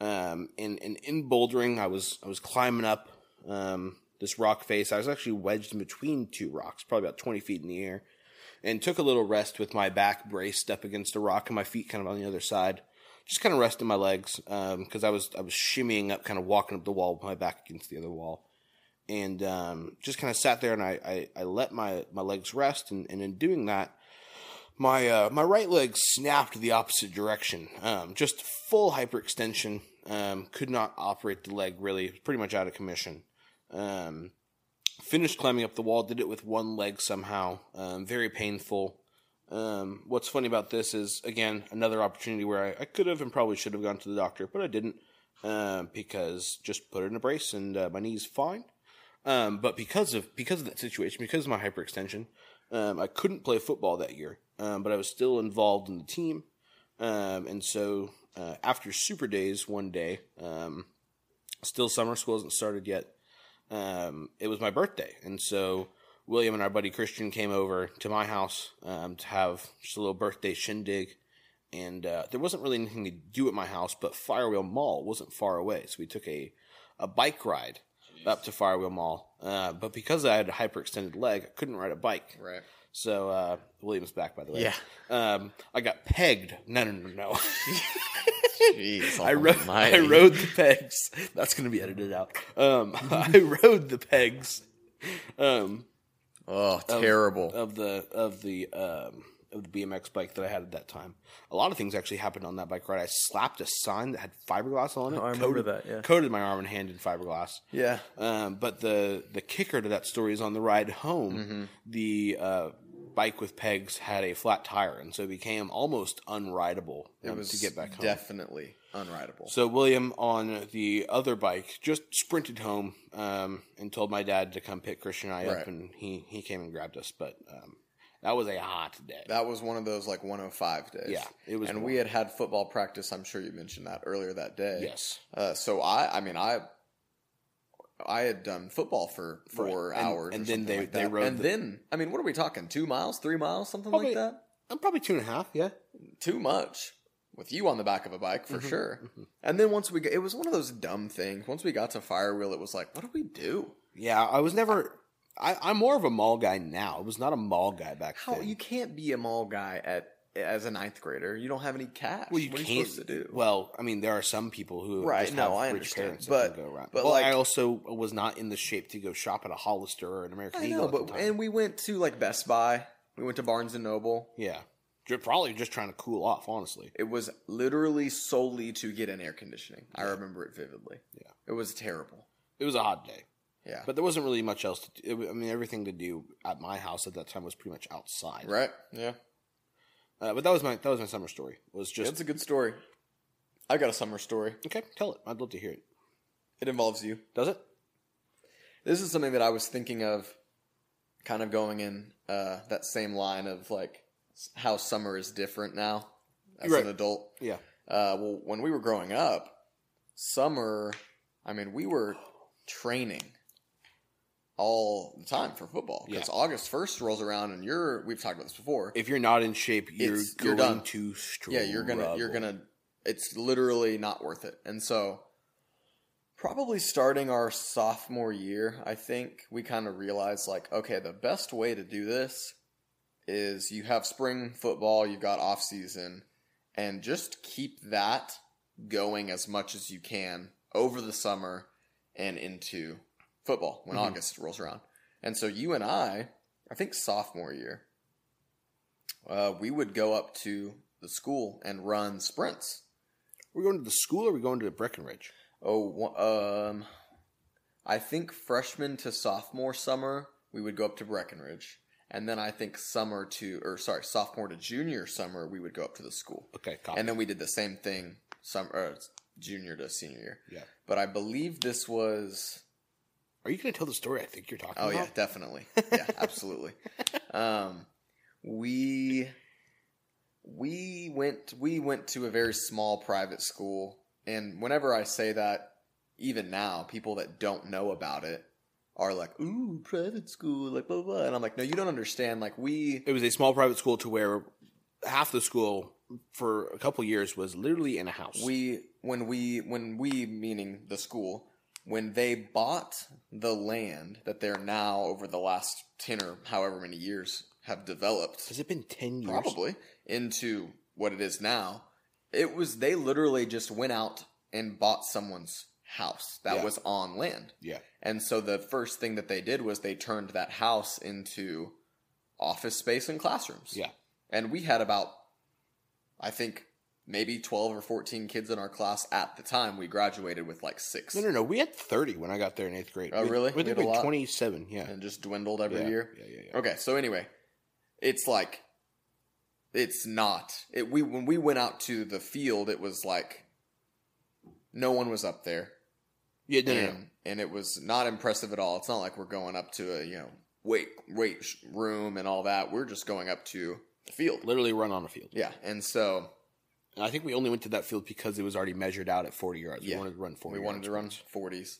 B: Um, and, and in bouldering, I was I was climbing up um, this rock face. I was actually wedged in between two rocks, probably about twenty feet in the air, and took a little rest with my back braced up against a rock and my feet kind of on the other side, just kind of resting my legs because I was I was shimmying up, kind of walking up the wall with my back against the other wall. And um, just kind of sat there, and I, I, I let my, my legs rest, and, and in doing that, my uh, my right leg snapped the opposite direction. Um, just full hyperextension. Um, could not operate the leg really. Pretty much out of commission. Um, finished climbing up the wall. Did it with one leg somehow. Um, very painful. Um, what's funny about this is again another opportunity where I, I could have and probably should have gone to the doctor, but I didn't um, because just put in a brace and uh, my knee's fine. Um, but because of because of that situation, because of my hyperextension, um, I couldn't play football that year, um, but I was still involved in the team. Um, and so uh, after Super Days one day, um, still summer school hasn't started yet. Um, it was my birthday, and so William and our buddy Christian came over to my house um, to have just a little birthday shindig. And uh, there wasn't really anything to do at my house, but Firewheel Mall wasn't far away, so we took a a bike ride up to Firewheel Mall. Uh, but because I had a hyperextended leg, I couldn't ride a bike. <laughs>
A: Right.
B: So uh, William's back, by the way. Um, I got pegged. No, no, no, no.
A: <laughs> Jeez, oh
B: I rode. I
A: almighty.
B: rode the pegs. That's gonna be edited out. Um, <laughs> I rode the pegs. Um,
A: Oh, terrible.
B: of the of the um of the BMX bike that I had at that time. A lot of things actually happened on that bike ride. I slapped a sign that had fiberglass on it.
A: Oh, I remember
B: coated,
A: that, yeah.
B: coated my arm and hand in fiberglass.
A: yeah.
B: Um, but the the kicker to that story is on the ride
A: Mm.
B: home, the uh, bike with pegs had a flat tire, and so it became almost unrideable
A: It
B: um,
A: was
B: to get back home.
A: definitely unrideable.
B: So William on the other bike just sprinted home um, and told my dad to come pick Christian and I up,
A: Right.
B: and he he came and grabbed us. But um, that was a hot day.
A: That was one of those like 105 days.
B: yeah, it was.
A: and
B: warm.
A: we had had football practice. I'm sure you mentioned that earlier that day.
B: yes
A: Uh, so I, I mean, I, I had done football for four
B: Right. And-
A: hours,
B: and
A: or
B: then
A: something
B: they-
A: like
B: they
A: that.
B: rode
A: and
B: the-
A: then I mean, what are we talking? Two miles, three miles, something
B: Probably-
A: like that.
B: Uh, probably two and a half. Yeah,
A: Too much with you on the back of a bike
B: Mm-hmm.
A: for sure. And then once we, got, it was one of those dumb things. Once we got to Firewheel, it was like, what do we do?
B: yeah. I was never. I, I'm more of a mall guy now. I was not a mall guy back
A: How
B: then.
A: you can't be a mall guy at as a ninth grader. You don't have any cash.
B: Well, you
A: what
B: can't.
A: are you supposed to do?
B: Well, I mean, there are some people who
A: Right,
B: Just
A: no,
B: have
A: I
B: rich
A: understand,
B: Parents
A: but-
B: that can go around.
A: but,
B: well, I
A: like-
B: also was not in the shape to go shop at a Hollister or an American
A: I
B: Eagle.
A: know,
B: at the
A: but
B: time.
A: and we went to like Best Buy. We went to Barnes and Noble.
B: yeah, Ju- probably just trying to cool off. Honestly,
A: It was literally solely to get an air conditioning. I remember it vividly.
B: Yeah.
A: it was terrible.
B: it was a hot day,
A: Yeah,
B: but there wasn't really much else to. do. It wa- I mean, everything to do at my house at that time was pretty much outside.
A: right. Yeah,
B: Uh, but that was my that was my summer story. Was
A: It's
B: just
A: that's a good story. I got a summer story.
B: okay. Tell it. I'd love to hear it.
A: It involves you.
B: Does it?
A: This is something that I was thinking of, kind of going in uh, that same line of like s- how summer is different now as
B: Right.
A: an adult.
B: Yeah.
A: Uh, well, when we were growing up, summer, I mean, we were training all the time for football because August first rolls around and you're. We've talked about this before.
B: If you're not in shape, you're
A: It's-
B: going
A: you're done.
B: to struggle.
A: yeah, you're gonna you're gonna. It's literally not worth it, and so probably starting our sophomore year, I think we kind of realized like, okay, the best way to do this is you have spring football, you've got off season, and just keep that going as much as you can over the summer and into football when
B: Mhm.
A: August rolls around. And so you and I, I think sophomore year, uh, we would go up to the school and run sprints.
B: We're going to the school, or we're going to Breckenridge.
A: Oh, wha- um, I think freshman to sophomore summer we would go up to Breckenridge, and then I think summer to or sorry sophomore to junior summer we would go up to the school,
B: Okay, copy.
A: and then we did the same thing summer uh, junior to senior year.
B: Yeah.
A: But I believe this was
B: Are you going to tell the story I think you're talking
A: Oh
B: about?
A: yeah,
B: <laughs>
A: definitely. Yeah, absolutely. um, we we went we went to a very small private school, and whenever I say that, even now, people that don't know about it are like, "Ooh, private school," like blah blah, blah. and I'm like, "No, you don't understand." Like we,
B: It was a small private school to where half the school for a couple years was literally in a house.
A: we when we when we meaning the school when they bought the land that they're now over the last 10 or however many years have developed
B: Has it been 10 years?
A: probably into what it is now. It was they literally just went out and bought someone's house that
B: Yeah.
A: was on land.
B: Yeah.
A: And so the first thing that they did was they turned that house into office space and classrooms.
B: Yeah.
A: And we had about I think maybe 12 or 14 kids in our class at the time we graduated with like 6
B: No, no, no. We had 30 when I got there in eighth grade.
A: Oh,
B: We-
A: really?
B: We
A: We
B: think
A: had
B: we
A: a
B: had
A: lot.
B: 27, yeah.
A: and just dwindled every
B: yeah.
A: year.
B: Yeah, yeah, yeah.
A: Okay, so anyway, it's like it's not. It we when we went out to the field, it was like no one was up there,
B: Yeah, no, no,
A: and,
B: no.
A: and it was not impressive at all. It's not like we're going up to a you know weight weight sh- room and all that. We're just going up to the field.
B: Literally run on a field.
A: Yeah, and so
B: And I think we only went to that field because it was already measured out at 40 yards.
A: Yeah.
B: We wanted to run 40
A: we wanted
B: yards.
A: to run forties,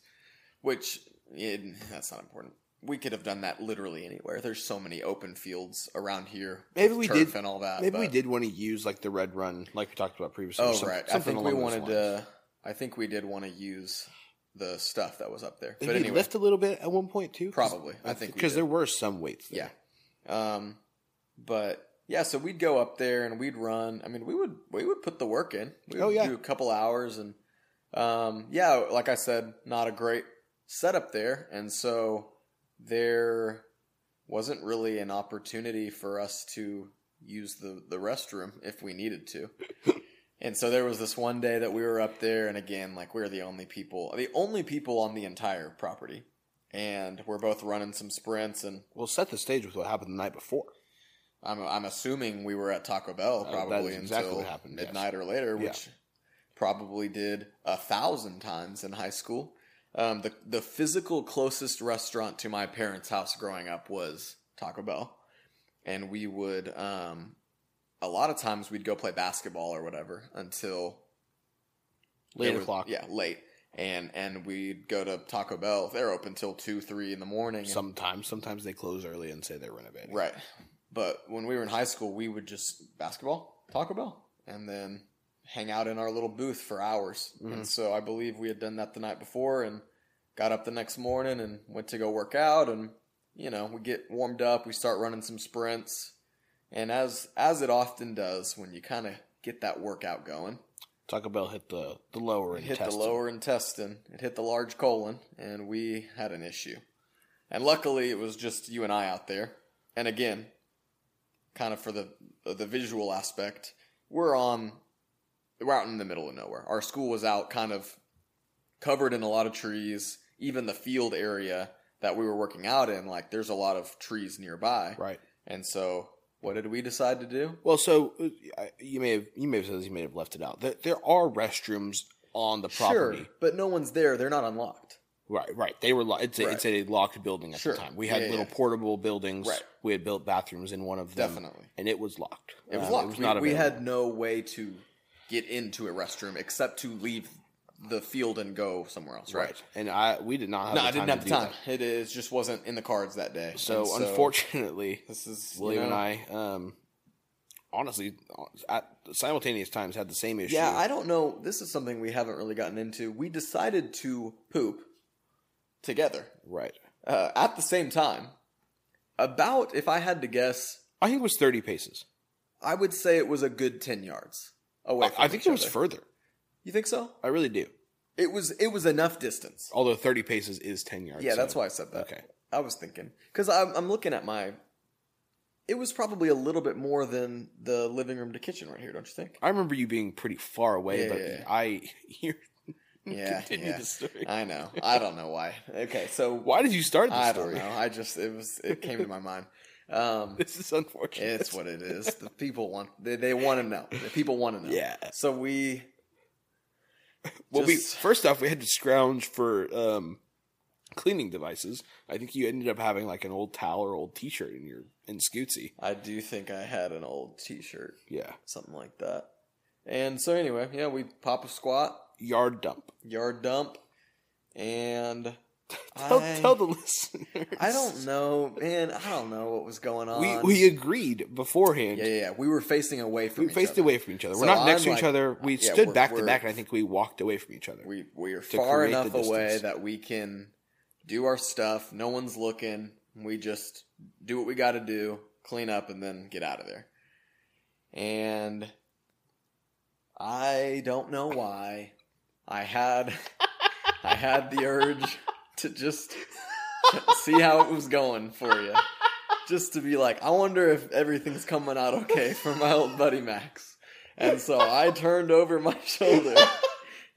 A: which it, that's not important. We could have done that literally anywhere. There's so many open fields around here. with
B: Maybe we
A: turf
B: did-
A: and all that.
B: Maybe we
A: but-
B: did want to use like the red run, like we talked about previously. or
A: Oh
B: some-
A: right, I
B: something
A: think we
B: along those
A: wanted
B: lines.
A: to. I think we did want to use the stuff that was up there.
B: Did
A: but
B: we
A: anyway,
B: lift a little bit at one point too? 'Cause-
A: Probably. I think we
B: because
A: did.
B: there were some weights. There.
A: yeah. Um, but yeah, so we'd go up there and we'd run. I mean, we would we would put the work in. We would
B: Oh, yeah.
A: do a couple hours and um, yeah, like I said, not a great setup there, and so there wasn't really an opportunity for us to use the the restroom if we needed
B: <laughs>
A: to. And so there was this one day that we were up there, and again, like we are the only people, the only people on the entire property, and we're both running some sprints, and
B: Well, set the stage with what happened the night before.
A: I'm I'm assuming we were at Taco Bell
B: Uh, that
A: probably
B: is exactly
A: until
B: what happened, yes.
A: midnight or later,
B: Yeah.
A: which probably did a thousand times in high school. Um, the the physical closest restaurant to my parents' house growing up was Taco Bell, and we would um, a lot of times we'd go play basketball or whatever until
B: Late
A: it was-
B: o'clock.
A: yeah, late, and and we'd go to Taco Bell. They're open till two, three in the morning. and-
B: Sometimes, sometimes they close early and say they're renovating.
A: Right. But when we were in high school, we would just basketball, Taco Bell, and then hang out in our little booth for hours.
B: Mhm.
A: And so I believe we had done that the night before and got up the next morning and went to go work out and you know, we get warmed up, we start running some sprints, and as as it often does when you kind of get that workout going,
B: Taco Bell hit the the lower
A: it hit
B: intestine.
A: the lower intestine, it hit the large colon, and we had an issue. And luckily, it was just you and I out there. And again, kind of for the the visual aspect, we're on we're out in the middle of nowhere. Our school was out, kind of covered in a lot of trees. Even the field area that we were working out in, like there's a lot of trees nearby.
B: Right.
A: And so, what did we decide to do?
B: Well, so uh, I- you may have you may have said this, you may have left it out. There, there are restrooms on the property.
A: Sure, but no one's there. They're not unlocked.
B: Right, right. They were lo- it's a,
A: Right.
B: it's a locked building at
A: Sure.
B: the time. We had
A: Yeah, yeah,
B: little
A: yeah.
B: portable buildings.
A: Right.
B: We had built bathrooms in one of them.
A: Definitely.
B: And it was locked.
A: It was
B: Um,
A: locked.
B: not
A: we, we
B: available.
A: had no way to get into a restroom except to leave the field and go somewhere else. Right.
B: And I we did not have
A: No,
B: the
A: I
B: time
A: didn't have
B: to
A: the
B: do
A: time.
B: that.
A: It is just wasn't in the cards that day.
B: So,
A: And
B: unfortunately,
A: this is you
B: William
A: know-
B: and I um honestly uh, at simultaneous times had the same issue.
A: Yeah, I don't know. This is something we haven't really gotten into. We decided to poop together
B: right.
A: uh, at the same time. About, if I had to guess,
B: I think it was 30 paces.
A: I would say it was a good ten yards away.
B: I,
A: From
B: I think
A: each
B: it was
A: other.
B: further.
A: You think so?
B: I really do.
A: It was. It was enough distance.
B: Although 30 paces is 10 yards.
A: Yeah,
B: so-
A: that's why I said that.
B: Okay.
A: I was thinking because I'm, I'm looking at my. It was probably a little bit more than the living room to kitchen right here, don't you
B: <laughs>
A: think?
B: I remember you being pretty far away,
A: Yeah,
B: but
A: yeah.
B: I <laughs> you
A: Yeah,
B: <laughs> continue
A: yeah.
B: the story.
A: I know. I don't know why. Okay, so
B: <laughs> Why did you start this
A: I don't
B: story?
A: know. I just it was it came to my mind. Um,
B: <laughs> This is unfortunate.
A: it's what it
B: <laughs>
A: is. The people want they, they want to know. The people want to know.
B: Yeah.
A: So we
B: Well,
A: just-
B: we first off we had to scrounge for um, cleaning devices. I think you ended up having like an old towel or old T-shirt in your in Scootsy.
A: I do think I had an old T-shirt,
B: Yeah,
A: something like that. And so anyway, yeah, we pop a squat,
B: yard dump.
A: yard dump, and
B: <laughs> Tell,
A: I-
B: tell the <laughs> listeners.
A: I don't know, man. I don't know what was going on.
B: We we agreed beforehand.
A: yeah, yeah, yeah. We were facing away from
B: We
A: each
B: faced
A: other.
B: away from each other.
A: So
B: we're not next
A: I'm
B: to
A: like-
B: each other. We
A: yeah,
B: stood
A: we're-
B: back to
A: we're-
B: back, and I think we walked away from each <laughs> other.
A: We we are
B: to
A: far
B: create the
A: enough away
B: distance.
A: that we can do our stuff. No one's looking. We just do what we got to do, clean up, and then get out of there. And I don't know why I had I had the urge to
B: <laughs>
A: just see how it was going for you. Just to be like, I wonder if everything's coming out okay for my old buddy Max. And so I turned over my <laughs> shoulder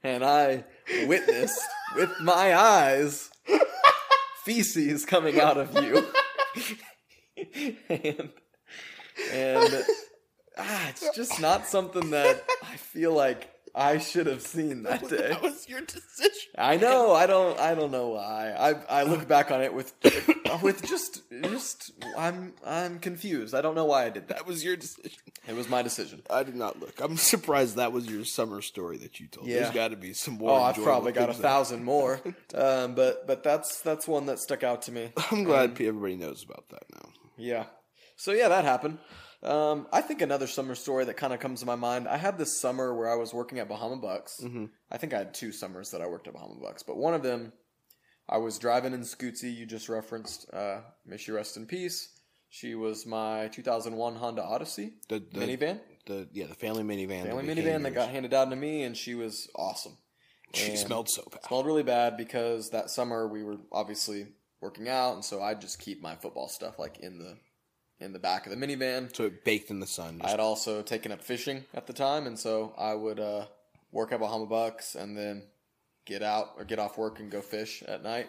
A: and I witnessed with my eyes feces coming out of you. <laughs> and and ah, it's just not something that I feel like I should have seen that day.
B: that was your decision.
A: I know. I don't. I don't know why. I I
B: Uh.
A: look back on it with <coughs> with just just I'm I'm confused. I don't know why I did that.
B: That was your decision.
A: It was my decision.
B: I did not look. I'm surprised that was your summer story that you told.
A: Yeah.
B: There's got to be some more.
A: oh, I've
B: enjoyable
A: probably got a
B: things there.
A: thousand
B: <laughs>
A: more. Um, but but that's that's one that stuck out to me.
B: I'm glad pe- everybody knows about that now.
A: Yeah. So yeah, that happened. Um, I think another summer story that kind of comes to my mind. I had this summer where I was working at Bahama Bucks.
B: Mhm.
A: I think I had two summers that I worked at Bahama Bucks, but one of them, I was driving in Scootsie. You just referenced. Uh, may she rest in peace. She was my 2001 Honda Odyssey
B: The, the
A: minivan,
B: the yeah, the family minivan.
A: family
B: that became
A: minivan that got
B: yours.
A: handed down to me, and she was awesome.
B: She
A: and-
B: smelled so bad.
A: Smelled really bad because that summer we were obviously working out, and so I just keep my football stuff like in the in the back of the minivan.
B: so it baked in the sun.
A: I
B: Just,
A: had also taken up fishing at the time, and so I would uh, work at Bahama Bucks and then get out or get off work and go fish at night.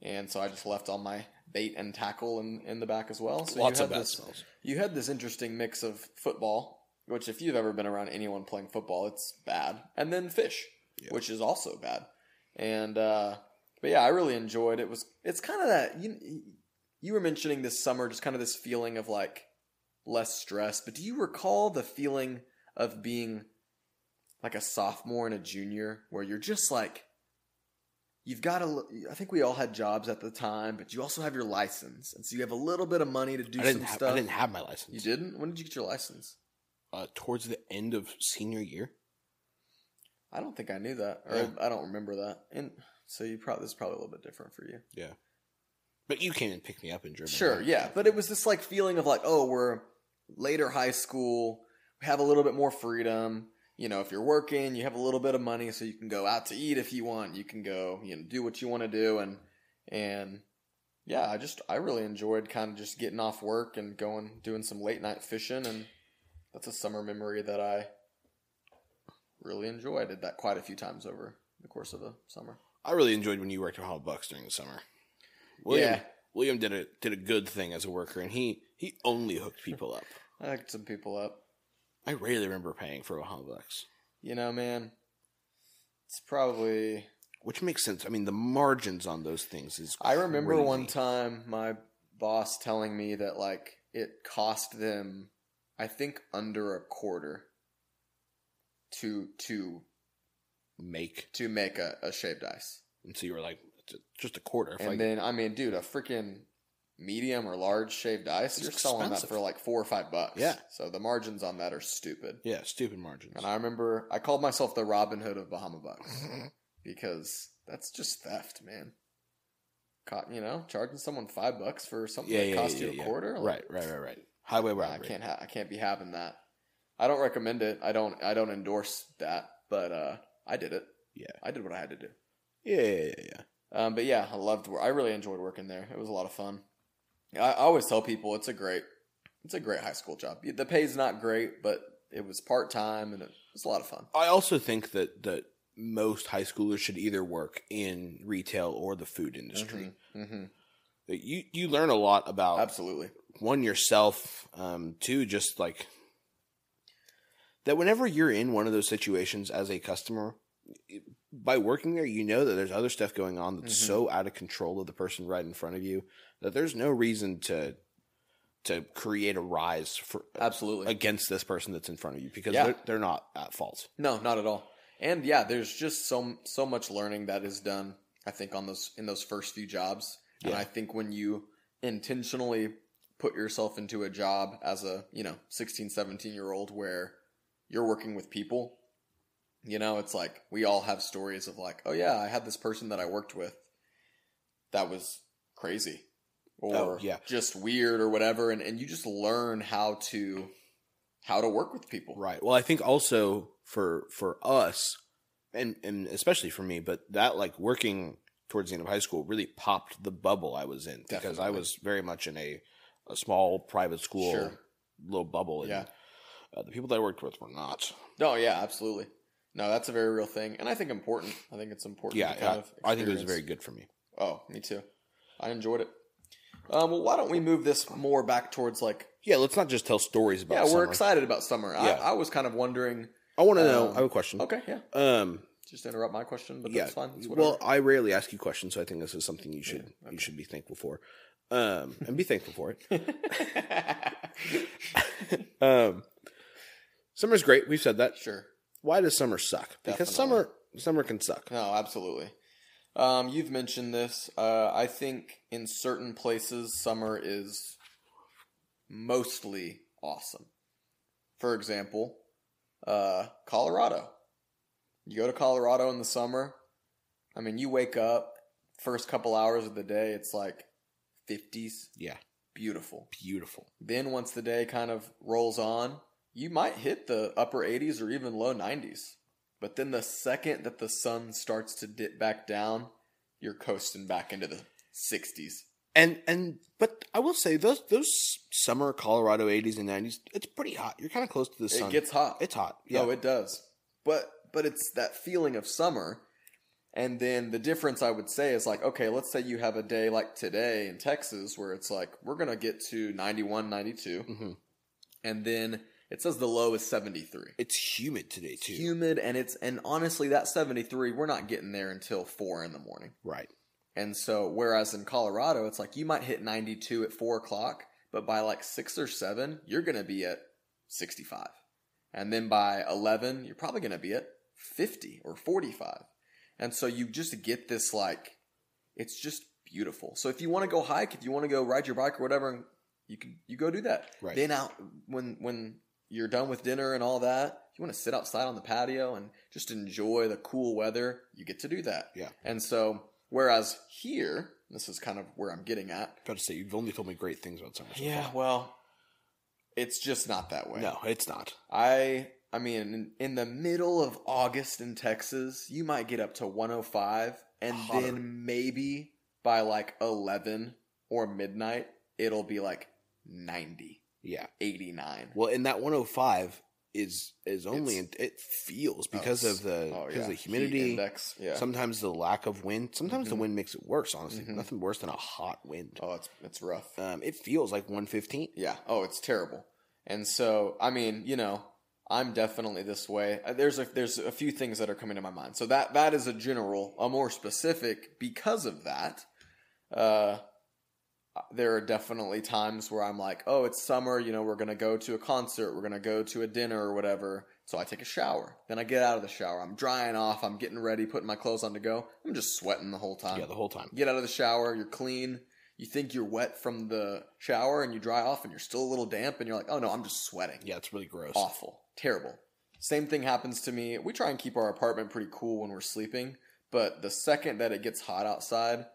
A: And so I just left all my bait and tackle in, in the back as well. So
B: lots
A: you
B: of
A: had
B: bad
A: this,
B: smells.
A: You had this interesting mix of football, which if you've ever been around anyone playing football, it's bad, and then fish,
B: Yeah.
A: which is also bad. And uh, but yeah, I really enjoyed it. Was it's kind of that you you were mentioning this summer, just kind of this feeling of like less stress. But do you recall the feeling of being like a sophomore and a junior where you're just like you've got to I think we all had jobs at the time, but you also have your license. And so you have a little bit of money to do
B: I
A: some
B: didn't. Have,
A: stuff.
B: I didn't have my license.
A: you didn't? When did you get your license?
B: Uh, towards the end of senior year.
A: I don't think I knew that. Or
B: Yeah.
A: I don't remember that. And so you probably this is probably a little bit different for you.
B: But you came and picked me up in Germany.
A: Sure, yeah. But it was this like feeling of like, oh, we're later high school, we have a little bit more freedom. You know, if you're working, you have a little bit of money, so you can go out to eat if you want. You can go, you know, do what you want to do, and and yeah, I just I really enjoyed kind of just getting off work and going doing some late night fishing, and that's a summer memory that I really enjoy. I did that quite a few times over the course of a summer.
B: I really enjoyed when you worked at Hall Bucks during the summer. William
A: Yeah.
B: William did a did a good thing as a worker, and he he only hooked people up.
A: I hooked some people up.
B: I rarely remember paying for a Hall Bucks,
A: You know, man, it's probably
B: which makes sense. I mean, the margins on those things is
A: I remember
B: crazy.
A: one time my boss telling me that like it cost them I think under a quarter to to
B: make,
A: to make a, a shaved ice.
B: and so you were like, it's just a quarter. If
A: and
B: I,
A: then I mean dude, a freaking medium or large shaved ice,
B: It's
A: you're selling that
B: expensive.
A: for like four or five bucks.
B: Yeah.
A: So the margins on that are stupid.
B: yeah, stupid margins.
A: And I remember I called myself the Robin Hood of Bahama Bucks because that's just theft, man. Caught, you know, charging someone five bucks for something
B: yeah,
A: that
B: yeah,
A: cost
B: yeah,
A: you a
B: yeah.
A: quarter. like,
B: <laughs> Right, right, right, right. Highway robbery.
A: I can't. Ha- I can't be having that. I don't recommend it. I don't. I don't endorse that. But uh, I did it.
B: Yeah.
A: I did what I had to do.
B: Yeah, yeah, yeah, yeah.
A: Um, but yeah, I loved. wor- I really enjoyed working there. It was a lot of fun. I, I always tell people it's a great, it's a great high school job. The pay's not great, but it was part time and it was a lot of fun.
B: I also think that that most high schoolers should either work in retail or the food industry. Oh.
A: Mhm, mhm.
B: That You you learn a lot about
A: Absolutely.
B: one yourself, um, two just like that. Whenever you're in one of those situations as a customer, it- by working there, you know that there's other stuff going on that's
A: Mhm.
B: so out of control of the person right in front of you that there's no reason to to create a rise for
A: Absolutely.
B: against this person that's in front of you because
A: Yeah.
B: they're, they're not at fault.
A: No, not at all. And yeah, there's just so so much learning that is done. I think on those in those first few jobs, and
B: Yeah.
A: I think when you intentionally put yourself into a job as a you know 16, 17 year old where you're working with people, you know, it's like we all have stories of like, oh yeah, I had this person that I worked with that was crazy or
B: Oh, yeah.
A: just weird or whatever, and and you just learn how to how to work with people.
B: Right. Well, I think also for for us, and and especially for me, but that like working towards the end of high school really popped the bubble I was in because I
A: Definitely.
B: was very much in a a small private school
A: Sure.
B: little bubble. And,
A: Yeah.
B: Uh, the people that I worked with were not.
A: No, yeah, absolutely. No, that's a very real thing, and I think important. I think it's important.
B: Yeah,
A: to kind
B: yeah
A: of
B: I think it was
A: experience.
B: very good for me.
A: Oh, me too. I enjoyed it. Um, well, why don't we move this more back towards like?
B: Yeah, let's not just tell stories about.
A: yeah, we're
B: summer.
A: excited about summer.
B: Yeah.
A: I, I was kind of wondering.
B: I want to know.
A: Um,
B: I have a question.
A: Okay, yeah.
B: Um.
A: Just interrupt my question, but
B: yeah.
A: that's fine. It's
B: well,
A: well,
B: I rarely ask you questions, so I think this is something you should
A: Yeah, okay.
B: you should be thankful for, um, and be thankful for it. um, summer's great. We've said
A: <laughs>
B: that.
A: sure.
B: Why does summer suck? Because
A: Definitely.
B: summer summer can suck.
A: No, absolutely. Um, you've mentioned this. Uh, I think in certain places, summer is mostly awesome. For example, uh, Colorado. You go to Colorado in the summer. I mean, you wake up first couple hours of the day, it's like 50s,
B: Yeah,
A: beautiful.
B: beautiful.
A: Then once the day kind of rolls on, you might hit the upper 80s or even low 90s. But then the second that the sun starts to dip back down, you're coasting back into the 60s.
B: And and but I will say those those summer Colorado 80s and 90s, it's pretty hot. You're kind of close to the sun.
A: It gets hot.
B: it's hot. Yeah.
A: No, it does. But but it's that feeling of summer. And then the difference I would say is like, okay, let's say you have a day like today in Texas where it's like we're going to get to 91, 92
B: hmm
A: and then it says the low is 73.
B: It's humid today too.
A: humid and it's and honestly that 73 we're not getting there until 4 in the morning
B: Right.
A: and so whereas in colorado it's like you might hit 92 at 4 o'clock but by like 6 or 7 you're gonna be at 65 and then by 11 you're probably gonna be at 50 or 45 and so you just get this like it's just beautiful so if you want to go hike if you want to go ride your bike or whatever you can you go do that
B: Right.
A: then out when when you're done with dinner and all that you want to sit outside on the patio and just enjoy the cool weather you get to do that
B: Yeah.
A: and so whereas here This is kind of where I'm getting at.
B: About to say you've only told me great things about summer. so
A: Yeah,
B: far.
A: well, it's just not that way.
B: No, it's not.
A: I I mean, in, in the middle of August in Texas, you might get up to 105, and
B: Hotter.
A: then maybe by like 11 or midnight, it'll be like 90,
B: Yeah.
A: 89.
B: Well, and that 105 is is only
A: It's-
B: it feels
A: Oh,
B: because
A: it's-
B: of the
A: oh,
B: because of
A: yeah.
B: the
A: Heat
B: humidity.
A: index, yeah.
B: Sometimes the lack of wind. Sometimes the
A: Mhm.
B: wind makes it worse. Honestly,
A: Mhm.
B: nothing worse than a hot wind.
A: oh, it's it's rough.
B: Um, it feels like 115.
A: Yeah. Oh, it's terrible. And so, I mean, you know, I'm definitely this way. Uh, There's a there's a few things that are coming to my mind. So that that is a general, a more specific because of that. Uh there are definitely times where I'm like, "Oh, it's summer, you know, we're going to go to a concert, we're going to go to a dinner or whatever." So I take a shower. Then I get out of the shower. I'm drying off, I'm getting ready, putting my clothes on to go. I'm just sweating the whole time.
B: yeah, the whole time.
A: Get out of the shower, you're clean. You think you're wet from the shower and you dry off and you're still a little damp and you're like, oh no, I'm just sweating.
B: Yeah, it's really gross.
A: Awful. Terrible. Same thing happens to me. We try and keep our apartment pretty cool when we're sleeping, but the second that it gets hot outside,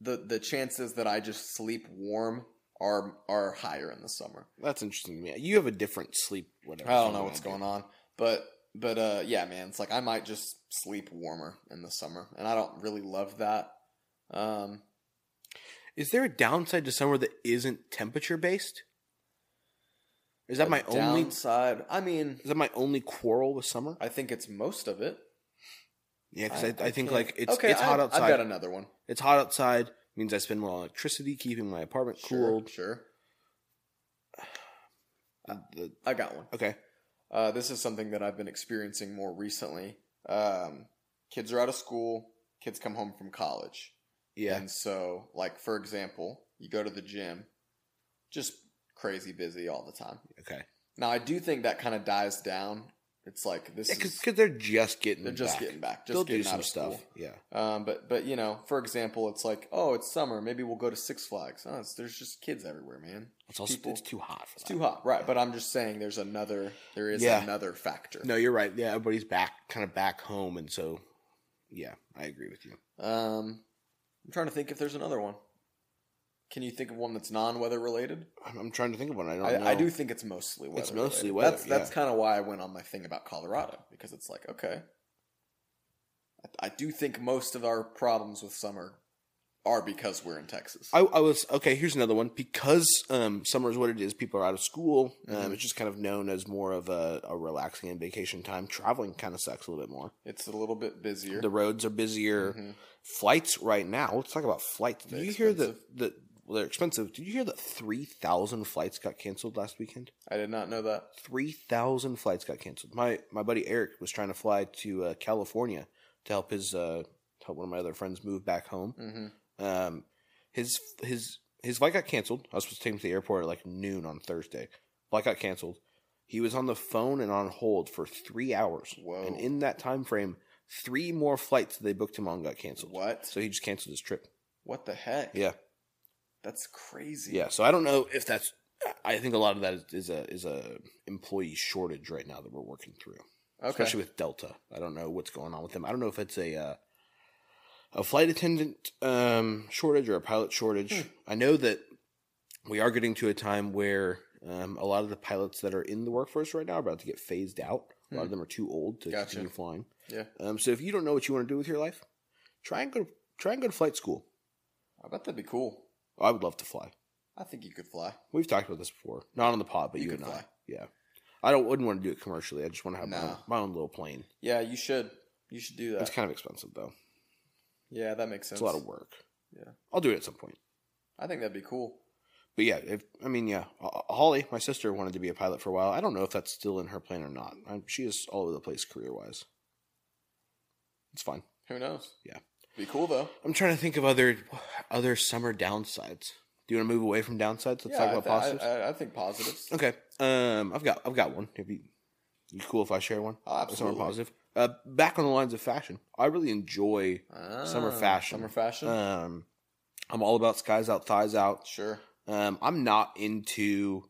A: the the chances that I just sleep warm are are higher in the summer.
B: That's interesting to me. You have a different sleep. Whatever.
A: I don't know what's going on, but but uh, yeah, man, it's like I might just sleep warmer in the summer, and I don't really love that. Um,
B: Is there a downside to summer that isn't temperature based? Is that
A: A
B: my only? Is
A: downside? I mean,
B: that my only quarrel with summer?
A: I think it's most of it.
B: Yeah, because I, I, think
A: can't-
B: like it's it's
A: I-
B: hot
A: I've
B: outside.
A: got another one.
B: It's hot outside means I spend more on electricity, keeping my apartment
A: Sure,
B: cooled.
A: sure. Uh,
B: And the-
A: I got one.
B: okay,
A: Uh, this is something that I've been experiencing more recently. Um, kids are out of school. Kids come home from college,
B: yeah,
A: and so like for example, you go to the gym, just crazy busy all the time.
B: okay.
A: Now I do think that kind of dies down. It's like this
B: Because
A: is
B: they're just getting
A: they're just
B: back.
A: getting back, just
B: They'll
A: getting
B: do
A: out
B: some
A: of
B: stuff.
A: school.
B: Yeah,
A: Um, but but you know, for example, it's like, oh, it's summer. Maybe we'll go to Six Flags. Oh, it's, there's just kids everywhere, man.
B: it's also
A: People-
B: it's too hot. For
A: It's
B: that.
A: too hot, right? But I'm just saying, there's another. There is
B: Yeah.
A: another factor.
B: No, you're right. Yeah, everybody's back, kind of back home, and so yeah, I agree with you.
A: Um, I'm trying to think if there's another one. Can you think of one that's non-weather related?
B: I'm, I'm trying to think of one. I don't. know.
A: I, I do think it's mostly weather.
B: It's mostly
A: related.
B: weather,
A: That's that's kind of why I went on my thing about Colorado because it's like okay, I, I do think most of our problems with summer are because we're in Texas.
B: I, I was okay. Here's another one because um, summer is what it is. People are out of school. Um,
A: Mhm.
B: it's just kind of known as more of a, a relaxing and vacation time. Traveling kind of sucks a little bit more.
A: it's a little bit busier.
B: The roads are busier.
A: Mhm.
B: Flights right now. Let's talk about flights. Did
A: They're
B: you hear that? That well, they're expensive. Did you hear that three thousand flights got canceled last weekend?
A: I did not know that.
B: Three thousand flights got canceled. My my buddy Eric was trying to fly to uh, California to help his uh, help one of my other friends move back home.
A: hmm
B: Um, his his his flight got canceled. I was supposed to take him to the airport at like noon on Thursday. Flight got canceled. He was on the phone and on hold for three hours,
A: Whoa.
B: and in that time frame, three more flights that they booked him on got canceled.
A: What?
B: So he just canceled his trip.
A: what the heck?
B: Yeah,
A: That's crazy.
B: yeah. So I don't know if that's. I think a lot of that is, is a is a employee shortage right now that we're working through,
A: Okay.
B: especially with Delta. I don't know what's going on with them. I don't know if it's a uh, a flight attendant um, shortage or a pilot shortage.
A: Hmm.
B: I know that we are getting to a time where um, a lot of the pilots that are in the workforce right now are about to get phased out. A lot of them are too old to
A: Hmm. Gotcha.
B: continue flying.
A: Yeah.
B: Um, so if you don't know what you want to do with your life, try and go try and go to flight school.
A: I bet that'd be cool.
B: I would love to fly.
A: I think you could fly.
B: We've talked about this before, not on the pod, but
A: You
B: you,
A: could
B: and I.
A: fly.
B: Yeah, I don't wouldn't want to do it commercially. I just want to have my, own,
A: Nah.
B: my own little plane.
A: Yeah, you should. You should do that.
B: It's kind of expensive though.
A: yeah, that makes sense.
B: It's a lot of work.
A: Yeah.
B: I'll do it at some point.
A: I think that'd be cool.
B: But yeah, if, I mean, yeah, Ho- Holly, my sister wanted to be a pilot for a while. I don't know if that's still in her plan or not. i she is all over the place career wise. It's fine.
A: Who knows?
B: Yeah.
A: Be cool though.
B: I'm trying to think of other other summer downsides. Do you want to move away from downsides? Let's
A: yeah,
B: talk
A: I
B: about
A: thi- I,
B: positives.
A: I, I think positives.
B: okay. Um, I've got I've got one. If you you cool if I share one?
A: Oh,
B: Or Summer
A: absolutely.
B: positive. Uh, back on the lines of fashion, I really enjoy.
A: Ah,
B: Summer fashion.
A: Summer fashion.
B: Um, I'm all about skies out, thighs out.
A: sure.
B: Um, I'm not into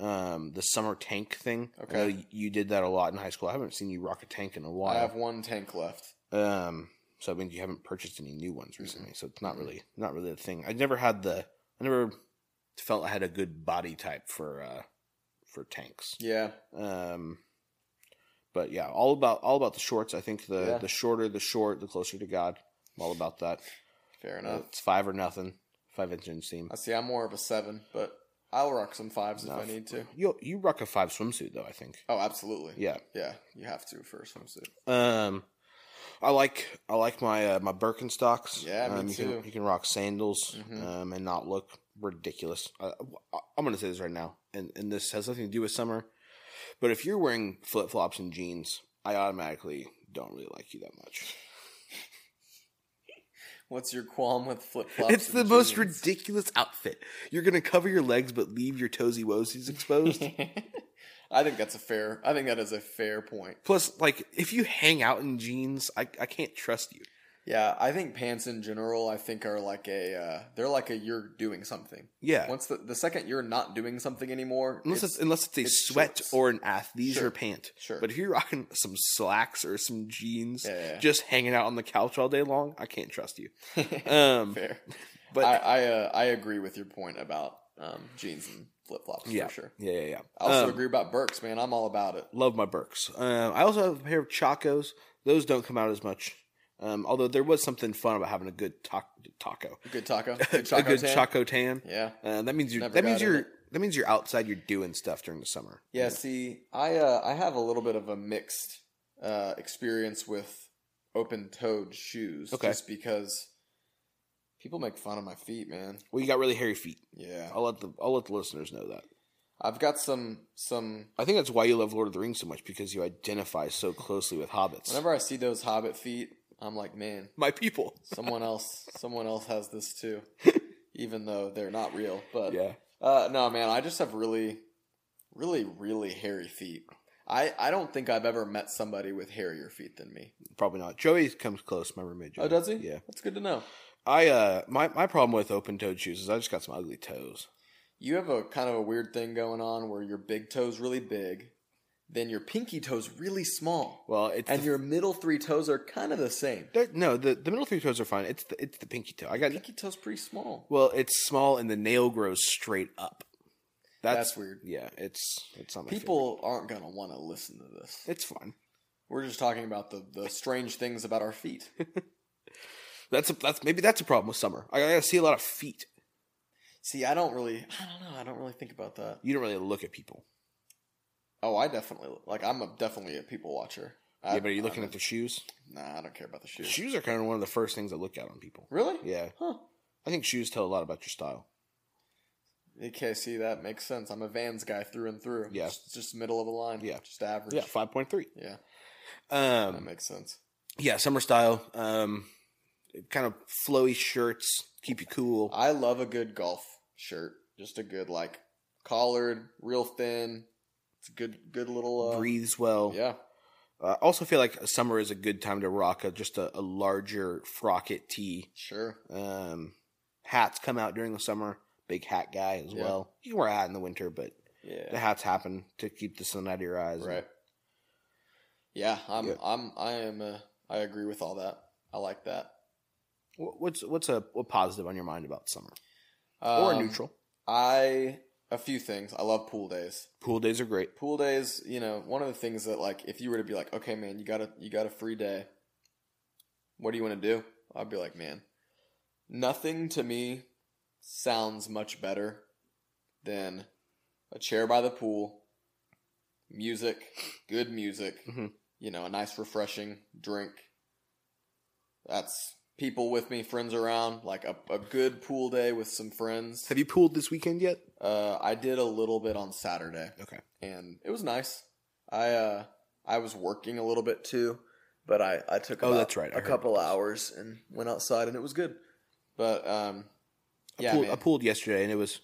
B: um the summer tank thing. I
A: Okay.
B: know you did that a lot in high school. I haven't seen you rock a tank in a
A: I have
B: while.
A: one tank left.
B: Um, So I mean, you haven't purchased any new ones recently, so it's not really not really a thing. I never had the I never felt I had a good body type for uh for tanks.
A: Yeah.
B: Um, but yeah, all about all about the shorts. I think the
A: Yeah.
B: the shorter the short, the closer to God. I'm all about that.
A: Fair enough.
B: It's five or nothing. Five inch inseam.
A: I see. I'm more of a seven, but I'll rock some fives if I
B: Enough.
A: need to.
B: You you rock a five swimsuit though. I think.
A: Oh, absolutely.
B: Yeah.
A: Yeah, you have to for a swimsuit.
B: Um, I like I like my uh, my Birkenstocks.
A: Yeah, me
B: um, you
A: too.
B: Can, you can rock sandals
A: Mhm.
B: um, and not look ridiculous. Uh, I- I'm gonna say this right now, and and this has nothing to do with summer, but if you're wearing flip flops and jeans, I automatically don't really like you that much.
A: What's your qualm with flip flops?
B: it's the most ridiculous outfit. You're gonna cover your legs but leave your
A: <laughs>
B: toesy woesies exposed. <laughs>
A: I think that's a fair. I think that is a fair point.
B: Plus, like if you hang out in jeans, I I can't trust you.
A: Yeah, I think pants in general. I think are like a. Uh, they're like a you're doing something.
B: Yeah.
A: Once the the second you're not doing something anymore,
B: Unless
A: it's-
B: it's, unless it's a
A: it's
B: sweat
A: shorts.
B: or an athleisure
A: Sure.
B: pant.
A: sure.
B: But if you're rocking <laughs> some slacks or some jeans,
A: yeah,
B: just hanging out on the couch all day long, I can't trust you.
A: yeah. <laughs>
B: Um,
A: fair.
B: but
A: I I, uh, I agree with your point about um, jeans and flip flops for sure.
B: yeah, yeah, yeah.
A: I also
B: Um,
A: agree about Burks, man. I'm all about it.
B: Love my Burks. Um, I also have a pair of Chacos. Those don't come out as much. Um, although there was something fun about having a good ta-
A: <laughs>
B: taco,
A: Good
B: <laughs>
A: taco. Good choco
B: a good
A: tan.
B: Choco tan.
A: Yeah.
B: Uh, that means you.
A: Never
B: That means
A: got
B: you're.
A: it.
B: That means you're outside. You're doing stuff during the summer.
A: Yeah, see, I uh, I have a little bit of a mixed uh, experience with open-toed shoes,
B: Okay.
A: just because people make fun of my feet, man.
B: Well, you got really hairy feet.
A: Yeah,
B: I'll let the I'll let the listeners know that.
A: I've got some some.
B: I think that's why you love Lord of the Rings so much because you identify so closely with hobbits.
A: Whenever <laughs> I see those hobbit feet, I'm like, man,
B: my people.
A: someone else, someone else has this
B: <laughs>
A: too, even though they're not real. But
B: Yeah.
A: Uh, no, man, I just have really, really, really hairy feet. I, I don't think I've ever met somebody with hairier feet than me.
B: Probably not. Joey comes close. My roommate. Joey.
A: Oh, does he?
B: Yeah.
A: That's good to know.
B: I uh, my my problem with open toed shoes is I just got some ugly toes.
A: You have a kind of a weird thing going on where your big toe's really big, then your pinky toe's really small,
B: Well, it's
A: and
B: the,
A: your middle three toes are kind of the same.
B: they're- no the the middle three toes are fine. It's the it's the pinky toe. I got
A: Pinky toe's pretty small.
B: well, it's small and the nail grows straight up. That's,
A: That's weird.
B: Yeah, it's it's not my favorite.
A: People aren't going to want to listen to this.
B: It's fine.
A: We're just talking about the, the strange things about our
B: <laughs>
A: feet.
B: That's a, that's maybe that's a problem with summer. I, I see a lot of feet.
A: See, I don't really, I don't know, I don't really think about that.
B: You don't really look at people.
A: Oh, I definitely like. I'm a, definitely a people watcher. I,
B: yeah, but are you
A: I'm
B: looking
A: a-
B: at their shoes?
A: Nah, I don't care about the shoes.
B: Shoes are kind of one of the first things I look at on people.
A: Really?
B: Yeah,
A: Huh.
B: I think shoes tell a lot about your style.
A: Okay, see that makes sense. I'm a Vans guy through and through.
B: Yeah.
A: Just, just middle of the line.
B: Yeah.
A: Just average.
B: Yeah, five point three.
A: Yeah,
B: Um,
A: that makes sense.
B: yeah, summer style. Um, kind of flowy shirts keep you cool.
A: I love a good golf shirt. Just a good like collared, real thin. It's a good, good little. Uh,
B: breathes well.
A: Yeah.
B: I also feel like summer is a good time to rock a, just a, a larger frocket tee.
A: Sure.
B: Um, hats come out during the summer. Big hat guy as
A: Yeah.
B: well. You can wear a hat in the winter, but the
A: Yeah.
B: hats happen to keep the sun out of your eyes.
A: Right. Yeah, I'm.
B: Yeah.
A: I'm. I am. Uh, I agree with all that. I like that.
B: Wh- What's what's a, a positive on your mind about summer or
A: Um,
B: neutral?
A: I a few things. I love pool days.
B: Pool days are great.
A: Pool days, you know, one of the things that like if you were to be like, okay, man, you got a you got a free day. What do you want to do? I'd be like, man, nothing to me sounds much better than a chair by the pool, music, good music,
B: Mhm.
A: you know, a nice refreshing drink. That's people with me, friends around, like a, a good pool day with some friends.
B: Have you pooled this weekend yet?
A: Uh, I did a little bit on Saturday,
B: Okay.
A: and it was nice. I uh, I was working a little bit too, but I I took
B: Oh,
A: about
B: that's right. I
A: a
B: heard
A: couple hours and went outside, and it was good. But um,
B: I,
A: yeah,
B: pooled,
A: man.
B: I pooled yesterday, and it was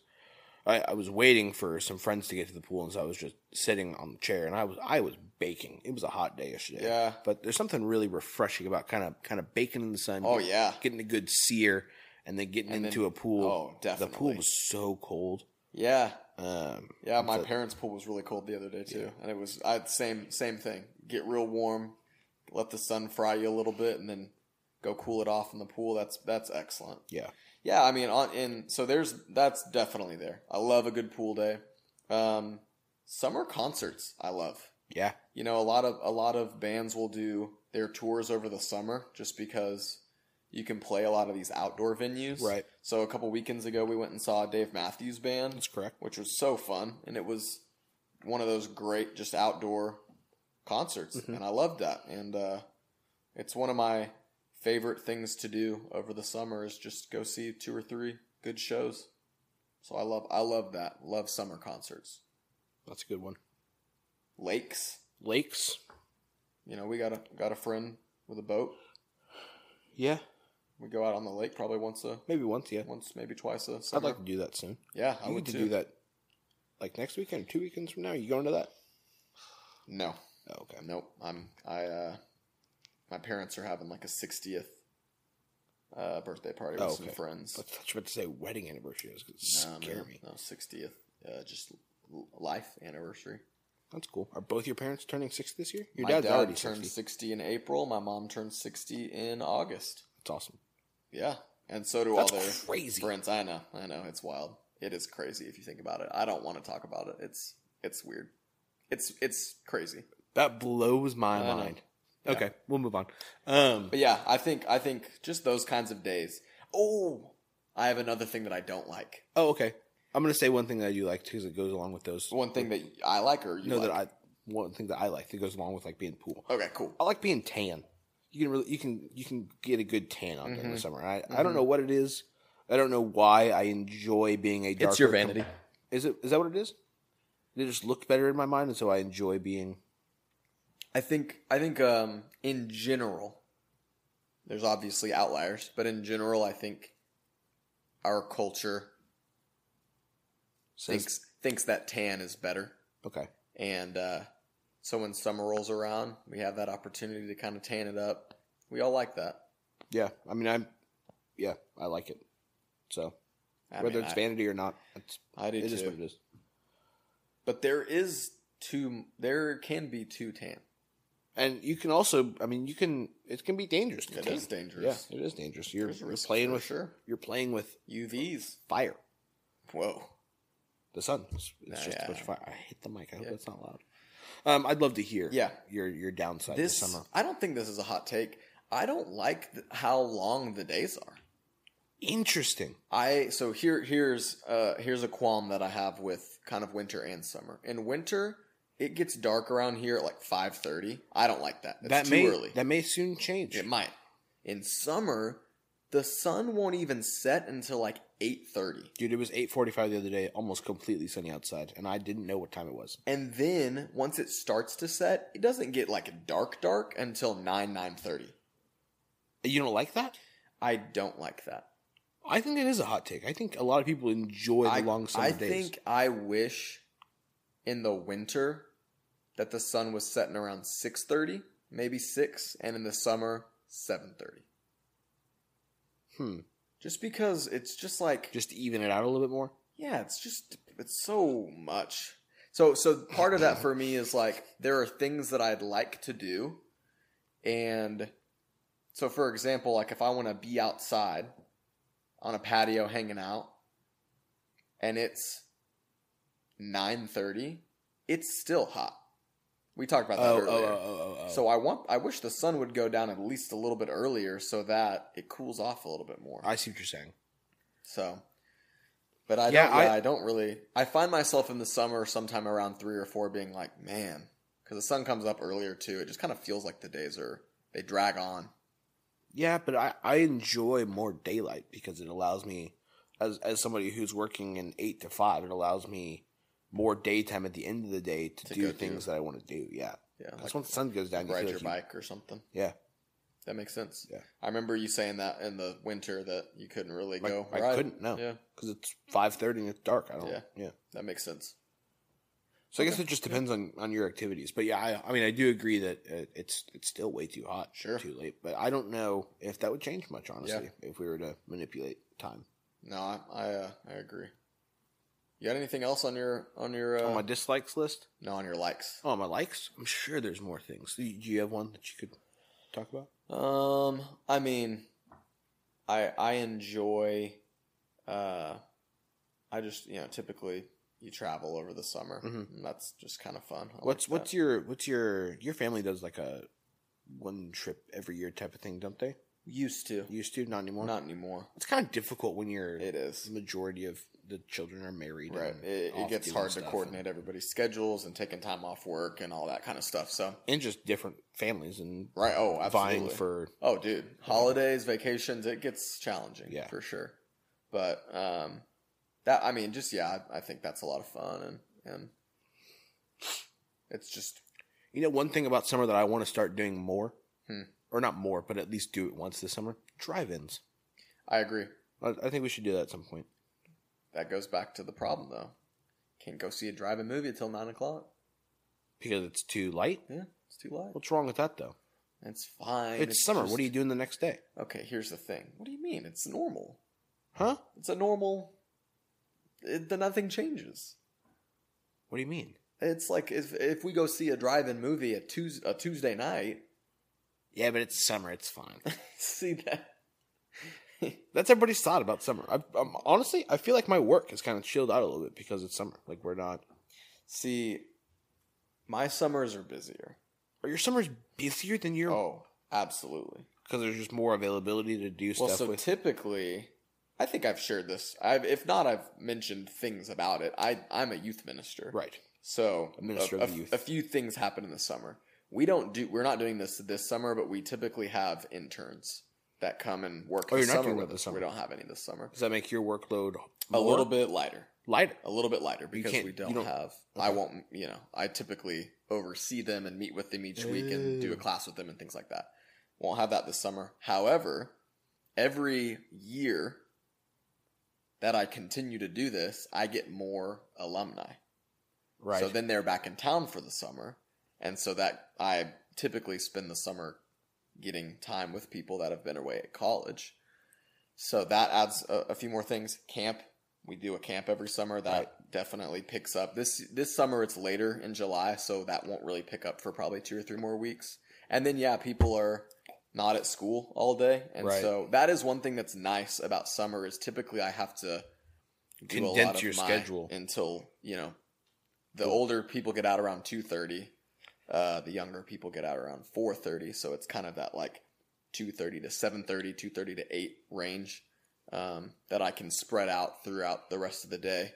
B: I, I was waiting for some friends to get to the pool, and so I was just sitting on the chair, and I was I was baking. It was a hot day yesterday.
A: yeah.
B: But there's something really refreshing about kind of kind of baking in the sun.
A: Oh yeah,
B: Getting a good sear, and then getting
A: And then-
B: into a pool.
A: oh
B: the
A: definitely.
B: pool was so cold.
A: yeah,
B: Um,
A: yeah. My
B: So-
A: parents' pool was really cold the other day too, and it was I same same thing. Get real warm, let the sun fry you a little bit, and then go cool it off in the pool. That's that's excellent.
B: Yeah.
A: yeah. I mean, on in so there's that's definitely there. I love a good pool day. Um, summer concerts, I love.
B: Yeah.
A: You know, a lot of a lot of bands will do their tours over the summer just because you can play a lot of these outdoor venues.
B: Right.
A: So a couple weekends ago, we went and saw Dave Matthews Band
B: That's correct.
A: which was so fun and it was one of those great just outdoor concerts
B: Mhm.
A: and i loved that and uh, it's one of my favorite things to do over the summer is just go see two or three good shows so i love i love that love summer concerts
B: That's a good one.
A: lakes
B: Lakes.
A: you know we got a got a friend with a boat
B: Yeah.
A: we go out on the lake probably once a
B: Maybe once. Yeah.
A: once maybe twice a
B: I'd
A: summer.
B: like to do that soon.
A: yeah i
B: I you
A: would
B: need to
A: too.
B: do that like next weekend or two weekends from now. You going to that?
A: no
B: Oh, okay.
A: Nope. I'm I uh my parents are having like a 60th uh birthday party with
B: Oh,
A: some
B: okay.
A: friends.
B: I thought you were about to say wedding anniversary. It was going to
A: no,
B: scare
A: man,
B: me.
A: no, 60th uh just l- life anniversary.
B: That's cool. Are both your parents turning 60 this year? Your
A: my
B: dad's
A: dad
B: already
A: turned
B: 60.
A: 60 in April, my mom turned 60 in August.
B: That's awesome.
A: Yeah. And so do
B: That's
A: all their
B: crazy.
A: friends. I know. I know it's wild. It is crazy if you think about it. I don't want to talk about it. It's it's weird. It's it's crazy.
B: That blows my
A: I know.
B: mind.
A: Yeah.
B: Okay, we'll move on. Um,
A: But yeah, I think I think just those kinds of days. Oh, I have another thing that I don't like.
B: oh, okay. I'm going to say one thing that I do like because it goes along with those.
A: One thing that I like or you
B: no,
A: like?
B: that I one thing that I like that goes along with like being in the pool.
A: Okay, cool.
B: I like being tan. You can really you can you can get a good tan out there in the
A: Mhm.
B: summer. I, I don't
A: Mhm.
B: know what it is. I don't know why I enjoy being a darker.
A: it's your
B: com-
A: vanity.
B: Is it is that what it is? They just look better in my mind, and so I enjoy being.
A: I think I think um in general there's obviously outliers, but in general I think our culture
B: Says,
A: thinks thinks that tan is better.
B: okay,
A: And uh so when summer rolls around, we have that opportunity to kind of tan it up. We all like that.
B: yeah. I mean, I'm. Yeah, I like it. So
A: I
B: whether
A: mean,
B: it's
A: I-
B: vanity or not, it's,
A: I do
B: it is
A: too.
B: what it is.
A: But there is too there can be too tan.
B: And you can also, I mean, you can. It can be dangerous. to
A: It
B: tan.
A: is dangerous.
B: Yeah, it is dangerous. You're,
A: There's a
B: you're
A: risk
B: playing
A: for
B: with
A: sure.
B: you're playing with
A: UVs.
B: fire.
A: Whoa.
B: The sun. It's, it's
A: Nah,
B: just
A: yeah.
B: a bunch of fire. I hit the mic. I hope
A: Yeah.
B: that's not loud. Um, I'd love to hear.
A: Yeah.
B: your your downside this,
A: this
B: summer.
A: I don't think this is a hot take. I don't like th- how long the days are.
B: Interesting.
A: I so here here's uh here's a qualm that I have with kind of winter and summer. In winter, it gets dark around here at like 5:30. I don't like that. It's
B: that
A: too
B: may
A: early.
B: that may soon change.
A: it might. In summer, the sun won't even set until like 8:30.
B: Dude, it was eight forty five the other day, almost completely sunny outside, and I didn't know what time it was.
A: And then once it starts to set, it doesn't get like dark dark until 9 9:30.
B: You don't like that?
A: I don't like that.
B: I think it is a hot take. I think a lot of people enjoy the long summer
A: I
B: days.
A: think I wish in the winter that the sun was setting around six thirty, maybe six, and in the summer seven thirty.
B: hmm.
A: Just because it's just like
B: Just to even it out a little bit more.
A: yeah, it's just it's so much. So so part of that for me is like there are things that I'd like to do and so for example, like if I want to be outside on a patio hanging out and it's 9:30, it's still hot. We talked about that
B: Oh, oh,
A: earlier.
B: oh, oh, oh, oh.
A: So I want I wish the sun would go down at least a little bit earlier so that it cools off a little bit more.
B: I see what you're saying.
A: So, but I
B: Yeah,
A: don't. Yeah,
B: I-
A: I, don't really. I find myself in the summer, sometime around three or four, being like, man, because the sun comes up earlier too. It just kind of feels like the days are they drag on.
B: Yeah, but I, I enjoy more daylight because it allows me as as somebody who's working in eight to five, it allows me more daytime at the end of the day to,
A: To
B: do
A: go
B: things
A: do.
B: that I want to do. Yeah.
A: Yeah,
B: That's
A: like
B: when the sun goes down. you
A: ride
B: feel
A: your
B: like you-
A: bike or something.
B: Yeah.
A: That makes sense.
B: Yeah.
A: I remember you saying that in the winter that you couldn't really
B: Like,
A: go.
B: I
A: ride.
B: couldn't, no.
A: Yeah,
B: Because it's five thirty and it's dark. I don't yeah.
A: Yeah. that makes sense.
B: So I guess
A: Okay.
B: it just depends on, on your activities. But yeah, I, I mean I do agree that uh, it's it's still way too hot,
A: Sure.
B: too late. But I don't know if that would change much, honestly, if we were to manipulate time.
A: No, I I, uh, I agree. You got anything else on your on your uh,
B: on my dislikes list,
A: no on your likes?
B: Oh, my likes? I'm sure there's more things. Do you do you have one that you could talk about?
A: Um, I mean, I I enjoy. Uh, I just you know typically you travel over the summer.
B: Mhm.
A: And that's just kind of fun. I like
B: What's
A: that.
B: what's your what's your your family does like a one trip every year type of thing, don't they?
A: used to?
B: Used to, not anymore.
A: Not anymore.
B: It's kind of difficult when you're
A: It
B: the
A: is
B: majority of the children are married.
A: right.
B: and
A: It, it
B: off
A: gets
B: doing
A: hard to
B: stuff
A: coordinate everybody's schedules and taking time off work and all that kind of stuff. So
B: and, and just different families and
A: right. Oh, absolutely.
B: vying for
A: Oh, dude, holidays, vacations, it gets challenging,
B: Yeah.
A: for sure. But um, that I mean, just yeah, I, I think that's a lot of fun, and and it's just
B: You know, one thing about summer that I want to start doing more,
A: Hmm.
B: or not more, but at least do it once this summer drive-ins.
A: I agree.
B: I, I think we should do that at some point.
A: That goes back to the problem though. Can't go see a drive-in movie until nine o'clock.
B: Because it's too light.
A: Yeah, it's too late.
B: What's wrong with that though?
A: It's fine.
B: it's, summer. What are you
A: just-
B: doing the next day?
A: Okay, here's the thing. What do you mean? It's normal.
B: Huh?
A: It's a normal. It, the nothing changes.
B: What do you mean?
A: It's like if if we go see a drive-in movie at Tues a Tuesday night. <laughs>
B: Yeah, but it's summer. It's fine.
A: see that.
B: <laughs> That's everybody's thought about summer. I, I'm, honestly, I feel like my work is kind of chilled out a little bit because it's summer. Like we're not.
A: See, my summers are busier.
B: Are your summers busier than your?
A: Oh, absolutely.
B: Because there's just more availability to do
A: Well,
B: stuff
A: so
B: with.
A: typically, I think I've shared this. I've, if not, I've mentioned things about it. I, I'm a youth minister,
B: right.
A: So
B: A minister
A: a,
B: of
A: a-
B: youth.
A: a few things happen in the summer. We don't do. We're not doing this this summer, but we typically have interns that come and work.
B: Oh,
A: the
B: you're not
A: summer
B: doing
A: with
B: that this
A: us.
B: summer.
A: We don't have any this summer.
B: Does that make your workload
A: A
B: more
A: little bit lighter.
B: lighter?
A: a little bit lighter because
B: can't-
A: we
B: you
A: don't,
B: don't-
A: have i
B: okay.
A: won't you know i typically oversee them and meet with them each week and do a
B: Ooh.
A: class with them and things like that won't have that this summer however every year that i continue to do this i get more alumni
B: Right.
A: so then they're back in town for the summer and so that i typically spend the summer getting time with people that have been away at college so that adds a, a few more things camp we do a camp every summer that definitely picks up this this summer it's later in july so that won't really pick up for probably two or three more weeks and then yeah people are not at school all day and
B: Right.
A: so that is one thing that's nice about summer is typically i have to do a lot
B: Condense
A: of
B: your
A: my-
B: schedule.
A: until you know the
B: Cool.
A: older people get out around 2.30 uh, the younger people get out around 4.30 so it's kind of that like 2.30 to 7.30 2.30 to 8 range um, that i can spread out throughout the rest of the day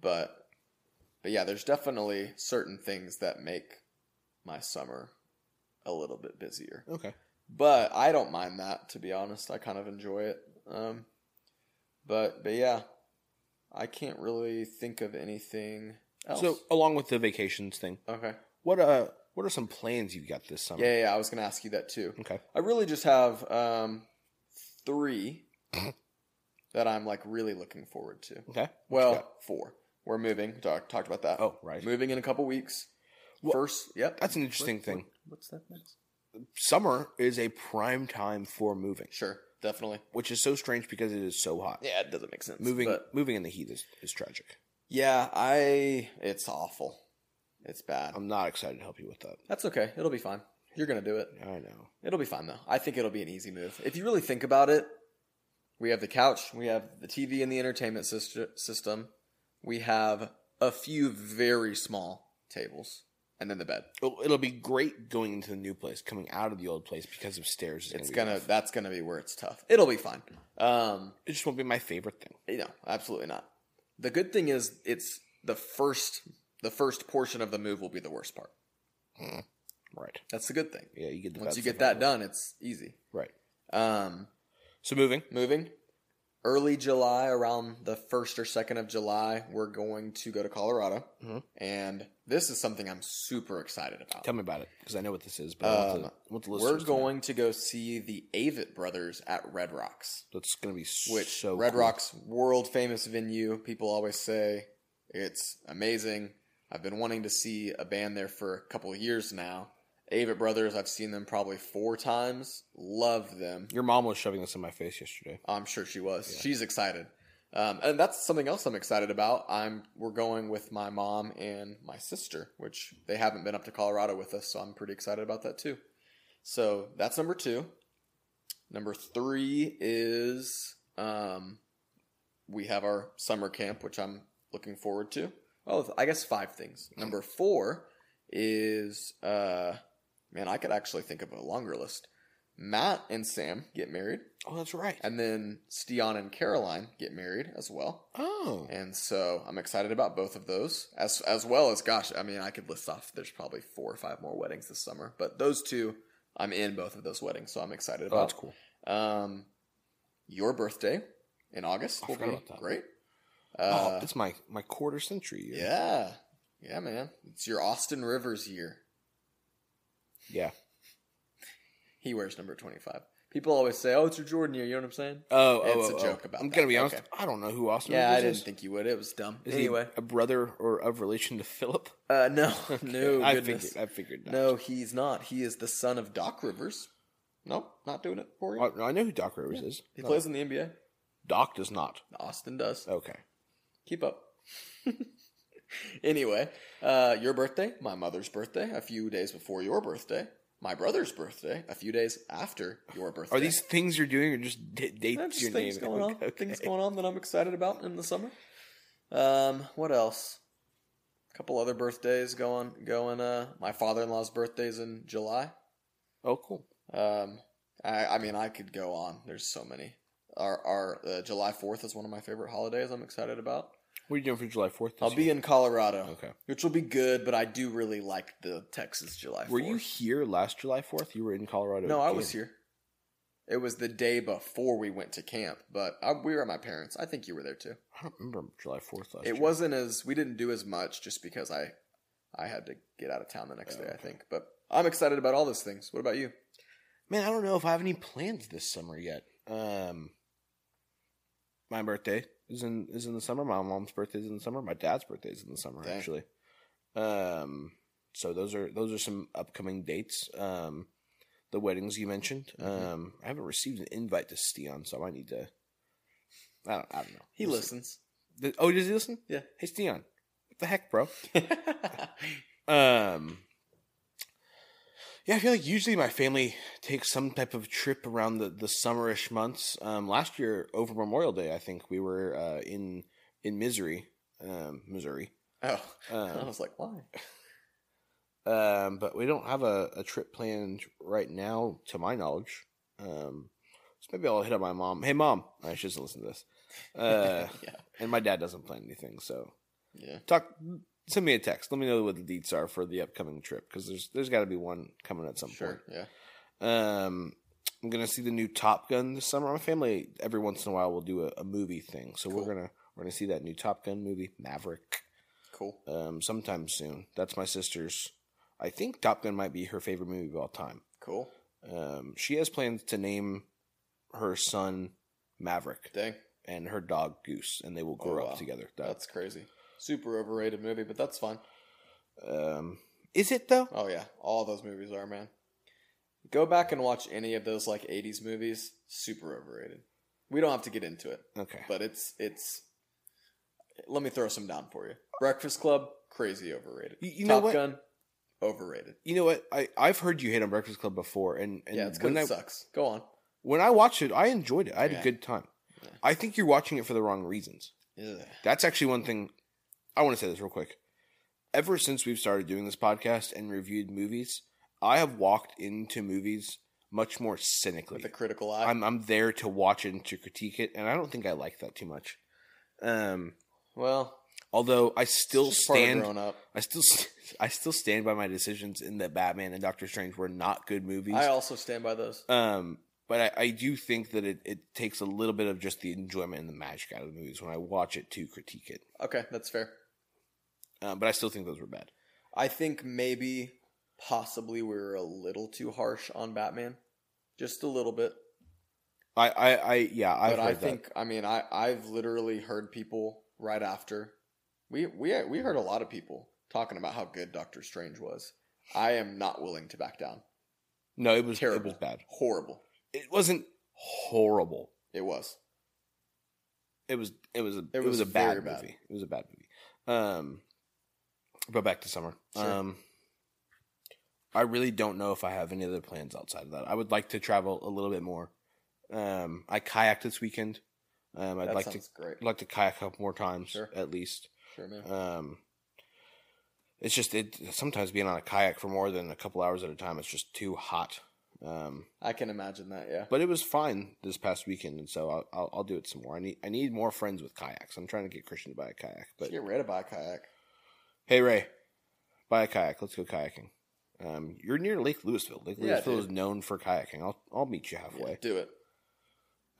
A: but but yeah there's definitely certain things that make my summer a little bit busier
B: okay.
A: but I don't mind that to be honest. I kind of enjoy it. Um, but but yeah, I can't really think of anything else.
B: So along with the vacations thing,
A: okay,
B: what uh what are some plans you've got this summer?
A: yeah, yeah, I was gonna ask you that too.
B: Okay.
A: I really just have um, three
B: Mm-hmm.
A: that I'm like really looking forward to.
B: Okay.
A: Well,
B: got?
A: four. We're moving. Talk, talked about that.
B: Oh, right.
A: moving in a couple weeks.
B: Well,
A: First, yep.
B: That's an interesting
A: What-
B: thing.
A: what- what's that next?
B: Summer is a prime time for moving,
A: Sure, definitely.
B: which is so strange because it is so hot.
A: Yeah, it doesn't make sense.
B: moving
A: but-
B: moving in the heat is, is tragic.
A: Yeah, I. It's awful. It's bad.
B: I'm not excited to help you with that.
A: That's okay. It'll be fine. You're gonna do it.
B: I know.
A: It'll be fine though. I think it'll be an easy move. If you really think about it, we have the couch, we have the TV and the entertainment syst- system, we have a few very small tables, and then the bed.
B: It'll, it'll be great going into the new place, coming out of the old place because of stairs. Is
A: It's
B: be
A: gonna.
B: rough.
A: That's gonna be where it's tough. It'll be fine. Um,
B: It just won't be my favorite thing.
A: No, absolutely not. The good thing is it's the first. The first portion of the move will be the worst part.
B: Mm-hmm. Right.
A: That's the good thing.
B: Yeah. You get the
A: Once
B: bad
A: you
B: stuff
A: get
B: out
A: that
B: of
A: done, it's easy.
B: it. Right.
A: Um,
B: So moving.
A: moving early July, around the first or second of July, we're going to go to Colorado,
B: Mhm.
A: and this is something I'm super excited about.
B: Tell me about it because I know what this is, but I want
A: Um,
B: the, I want the
A: we're
B: listeners to know.
A: going to go see the Avett Brothers at Red Rocks,
B: That's gonna be
A: which
B: so
A: Red
B: cool.
A: Rocks world famous venue. People always say it's amazing. I've been wanting to see a band there for a couple of years now. Avett Brothers, I've seen them probably four times. Love them.
B: Your mom was shoving this in my face yesterday.
A: Oh, I'm sure she was.
B: Yeah.
A: She's excited. Um, and that's something else I'm excited about. I'm we're going with my mom and my sister, which they haven't been up to Colorado with us, so I'm pretty excited about that too. So that's number two. Number three is um, we have our summer camp, which I'm looking forward to. Oh, I guess five things. Number four is uh, man, I could actually think of a longer list. Matt and Sam get married,
B: Oh, that's right.
A: and then Steon and Caroline get married as well.
B: Oh,
A: And so I'm excited about both of those, as as well as gosh, I mean I could list off. There's probably four or five more weddings this summer, but those two, I'm in both of those weddings, so I'm excited
B: oh
A: about.
B: that's cool.
A: Um, your birthday in August
B: I
A: will
B: forgot
A: be
B: about that.
A: great.
B: oh,
A: Uh,
B: it's my my quarter century. year.
A: yeah, yeah, man, it's your Austin Rivers year.
B: yeah.
A: He wears number 25. People always say, "Oh, it's your Jordan year." You know what I'm saying?
B: Oh, oh,
A: It's a
B: oh, oh.
A: joke about
B: I'm
A: that.
B: gonna be honest.
A: Okay.
B: I don't know who Austin.
A: Yeah,
B: Rivers
A: I didn't
B: is.
A: think you would. It was dumb.
B: Is
A: anyway,
B: he a brother or of relation to Philip?
A: uh,
B: <laughs>
A: no, <laughs> no,
B: I
A: goodness.
B: figured. I figured. Not.
A: No, he's not. He is the son of Doc Rivers. Nope, not doing it for you.
B: I, no, I know who Doc Rivers is.
A: he
B: No, Oh.
A: plays in the NBA.
B: Doc does not.
A: Austin does.
B: Okay.
A: Keep up. <laughs> anyway, uh, your birthday, my mother's birthday, a few days before your birthday, my brother's birthday, a few days after your birthday.
B: Are these things you're doing or just d- dates
A: Yeah, just
B: you're
A: things
B: naming?
A: going on?
B: <laughs> Okay.
A: Things going on that I'm excited about in the summer. Um, what else? A couple other birthdays going. Going. Uh, my father-in-law's birthday's in July.
B: Oh, cool.
A: Um, I, I mean, I could go on. There's so many. Our our uh, July Fourth is one of my favorite holidays. I'm excited about.
B: What are you doing for July Fourth?
A: I'll be in Colorado,
B: Okay.
A: which will be good, but I do really like the Texas July. 4th.
B: Were you here last July Fourth? You were in Colorado.
A: No, I
B: again.
A: was here. It was the day before we went to camp, but I, we were at my parents. I think you were there too.
B: I don't remember July Fourth last.
A: it
B: year.
A: wasn't as we didn't do as much just because I I had to get out of town the next day. I think, but I'm excited about all those things. What about you?
B: Man, I don't know if I have any plans this summer yet. Um, my birthday is in is in the summer. My mom's birthday is in the summer. My dad's birthday is in the summer
A: Dang.
B: actually. Um, so those are those are some upcoming dates. Um, the weddings you mentioned.
A: Mhm.
B: Um, I haven't received an invite to Steon, so I need to. I don't, I don't know.
A: He
B: We'll see. <laughs>
A: listens. <laughs>
B: Th- Oh, does he listen?
A: Yeah.
B: Hey, Steon. What the heck, bro? Um, yeah, I feel like usually my family takes some type of trip around the the summerish months. Um, last year over Memorial Day, I think we were uh, in in Missouri, um, Missouri.
A: oh, I
B: Um,
A: was like, why?
B: um, but we don't have a, a trip planned right now, to my knowledge. Um, so maybe I'll hit up my mom. Hey, mom, I should listen to this. Uh,
A: <laughs> yeah,
B: and my dad doesn't plan anything, so
A: yeah.
B: talk send me a text let me know what the deets are for the upcoming trip because there's there's got to be one coming at some
A: Sure. Yeah.
B: point um i'm gonna see the new top gun this summer my family every once in a while will do a, a movie thing so
A: Cool.
B: we're gonna we're gonna see that new top gun movie maverick
A: Cool.
B: um sometime soon that's my sister's i think top gun might be her favorite movie of all time
A: Cool.
B: um she has plans to name her son maverick
A: Dang.
B: and her dog goose and they will
A: Oh,
B: grow
A: wow.
B: up together
A: That's crazy. Super overrated movie, but that's fine.
B: um is it though
A: Oh yeah, all those movies are, man. Go back and watch any of those like 80s movies, super overrated. We don't have to get into it,
B: okay
A: but it's it's let me throw some down for you. Breakfast Club, crazy overrated.
B: You- you know
A: Top
B: what?
A: Gun, overrated.
B: You know what? I I've heard you hate on Breakfast Club before, and, and
A: yeah, it's good.
B: when
A: It
B: I
A: sucks. Go on.
B: when I watched it, I enjoyed it. I had
A: Yeah.
B: a good time.
A: Yeah.
B: I think you're watching it for the wrong reasons.
A: Ugh.
B: That's actually one thing I want to say this real quick. Ever since we've started doing this podcast and reviewed movies, I have walked into movies much more cynically.
A: With a critical eye.
B: I'm I'm there to watch it and to critique it, and I don't think I like that too much. Um,
A: well,
B: although I still
A: it's just part of
B: stand,
A: growing up.
B: I still <laughs> st- I still stand by my decisions in that Batman and Doctor Strange were not good movies.
A: I also stand by those.
B: Um, but I, I do think that it, it takes a little bit of just the enjoyment and the magic out of the movies when I watch it to critique it.
A: Okay, that's fair.
B: Um, but I still think those were bad.
A: I think maybe, possibly, we were a little too harsh on Batman, just a little bit.
B: I, I, I yeah, I've
A: But I
B: heard that.
A: think, I mean, I I've literally heard people right after we we we heard a lot of people talking about how good Doctor Strange was. I am not willing to back down.
B: no, it was
A: Terrible,
B: It was bad.
A: horrible.
B: It wasn't horrible.
A: It was.
B: It was it was a, it, was,
A: was
B: a bad,
A: very bad.
B: movie. It was a bad movie. Um, but back to summer.
A: Sure.
B: Um, I really don't know if I have any other plans outside of that. I would like to travel a little bit more. Um, I kayaked this weekend. Um, I'd
A: that
B: like to
A: sounds great.
B: like to kayak a couple more times
A: Sure.
B: at least.
A: Sure, man.
B: Um, it's just it sometimes being on a kayak for more than a couple hours at a time. It's just too hot. Um,
A: I can imagine that. Yeah.
B: but it was fine this past weekend, and so I'll, I'll, I'll do it some more. I need I need more friends with kayaks. I'm trying to get Christian to buy a kayak. But
A: Let's get ready to buy a kayak.
B: hey Ray, buy a kayak. Let's go kayaking. Um, you're near Lake Louisville. Lake
A: Yeah,
B: Louisville
A: dude.
B: is known for kayaking. I'll I'll meet you
A: Yeah,
B: halfway.
A: do it.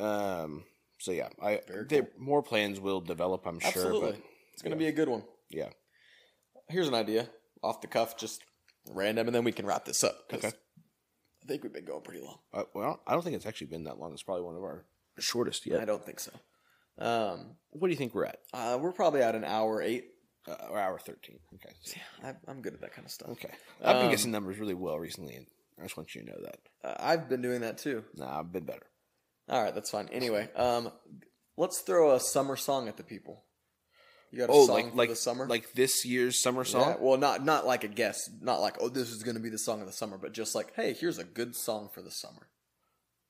B: Um, so yeah, I
A: Very
B: there, more plans will develop. I'm sure.
A: Absolutely.
B: But
A: It's gonna
B: yeah.
A: be a good one.
B: Yeah.
A: Here's an idea, off the cuff, just random, and then we can wrap this up. 'cause
B: Okay.
A: I think we've been going pretty long.
B: Uh, well, I don't think it's actually been that long. It's probably one of our shortest
A: I
B: yet.
A: don't think so. Um,
B: What do you think we're at?
A: uh, we're probably at an hour eight.
B: Uh, or hour 13. Okay.
A: <laughs> Yeah, I, I'm good at that kind of stuff.
B: Okay. I've been
A: Um,
B: guessing numbers really well recently, and I just want you to know that.
A: Uh, I've been doing that too.
B: Nah, I've been better.
A: All right, that's fine. Anyway, um, let's throw a summer song at the people. You got a
B: Oh,
A: song
B: like
A: for
B: like
A: the summer?
B: like this year's summer
A: Yeah,
B: song.
A: well, not not like a guess, not like oh, this is going to be the song of the summer, but just like hey, here's a good song for the summer.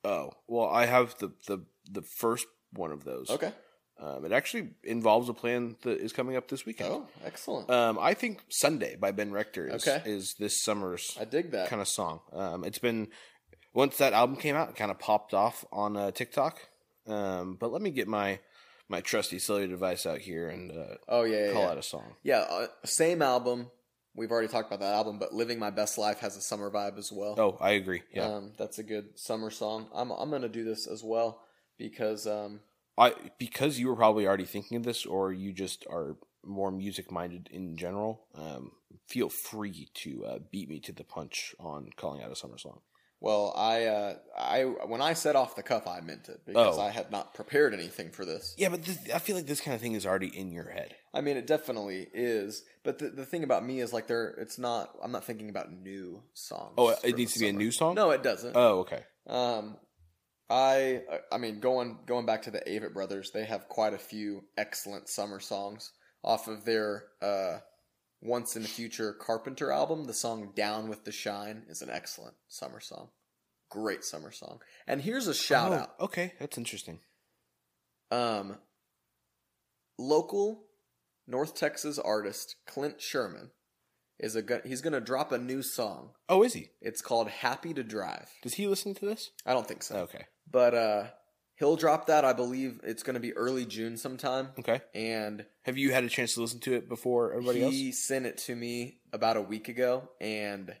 B: Oh, well, I have the the the first one of those.
A: Okay.
B: Um, it actually involves a plan that is coming up this weekend.
A: Oh, excellent.
B: Um, I think Sunday by Ben Rector is,
A: Okay.
B: is this summer's
A: I dig that.
B: kind of song. Um, it's been once that album came out, it kind of popped off on uh, TikTok. Um, but let me get my my trusty cellular device out here and uh,
A: oh yeah, yeah.
B: call
A: yeah.
B: out a song.
A: Yeah, uh, same album. We've already talked about that album, but "Living My Best Life" has a summer vibe as well.
B: Oh, I agree. Yeah,
A: um, that's a good summer song. I'm I'm gonna do this as well because um,
B: I because you were probably already thinking of this, or you just are more music minded in general. Um, feel free to uh, beat me to the punch on calling out a summer song.
A: well, I uh, I when I said off the cuff, I meant it because
B: Oh.
A: I had not prepared anything for this.
B: Yeah, but this, I feel like this kind of thing is already in your head.
A: I mean, it definitely is. But the the thing about me is like there, it's not. I'm not thinking about new songs.
B: Oh,
A: for
B: it
A: the
B: needs to be a
A: summer.
B: new song.
A: No, it doesn't.
B: Oh, okay.
A: Um, I I mean going going back to the Avett Brothers, they have quite a few excellent summer songs off of their uh, Once in the Future Carpenter album. The song "Down with the Shine" is an excellent summer song, great summer song. And here's a shout
B: Oh,
A: out:
B: Okay, that's interesting.
A: um, local North Texas artist Clint Sherman is a go- he's going to drop a new song.
B: Oh, is he?
A: It's called "Happy to Drive."
B: Does he listen to this?
A: I don't think so.
B: Okay.
A: but uh he'll drop that i believe it's going to be early june sometime
B: Okay.
A: and
B: Have you had a chance to listen to it before everybody
A: he
B: else?
A: sent it to me about a week ago and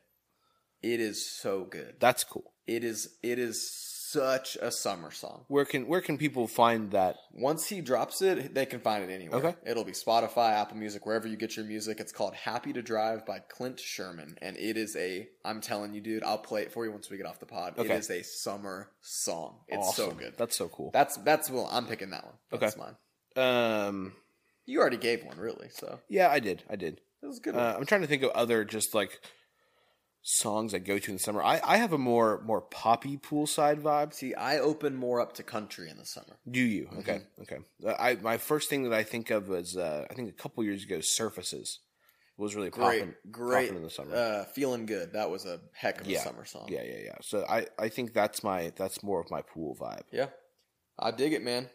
A: it is so good
B: That's cool.
A: it is it is such a summer song
B: Where can where can people find that?
A: once he drops it they can find it anywhere
B: Okay.
A: it'll be spotify apple music wherever you get your music it's called happy to drive by clint sherman and it is a i'm telling you dude i'll play it for you once we get off the pod
B: Okay.
A: it is a summer song it's so
B: Awesome.
A: good
B: That's so cool.
A: that's that's well i'm picking that one that's mine
B: um,
A: You already gave one, really. So
B: yeah, I did. I did.
A: it was a good.
B: Uh,
A: one.
B: I'm trying to think of other just like songs I go to in the summer. I I have a more more poppy poolside vibe.
A: See, I open more up to country in the summer.
B: Do you?
A: Mm-hmm.
B: Okay. Okay. Uh, I my first thing that I think of was uh, I think a couple years ago, Surfaces was really
A: Great,
B: popping
A: great.
B: popping in the summer.
A: Uh, feeling good. That was a heck of a
B: Yeah.
A: summer song.
B: yeah, yeah, yeah. So I I think that's my that's more of my pool vibe.
A: yeah. I dig it, man.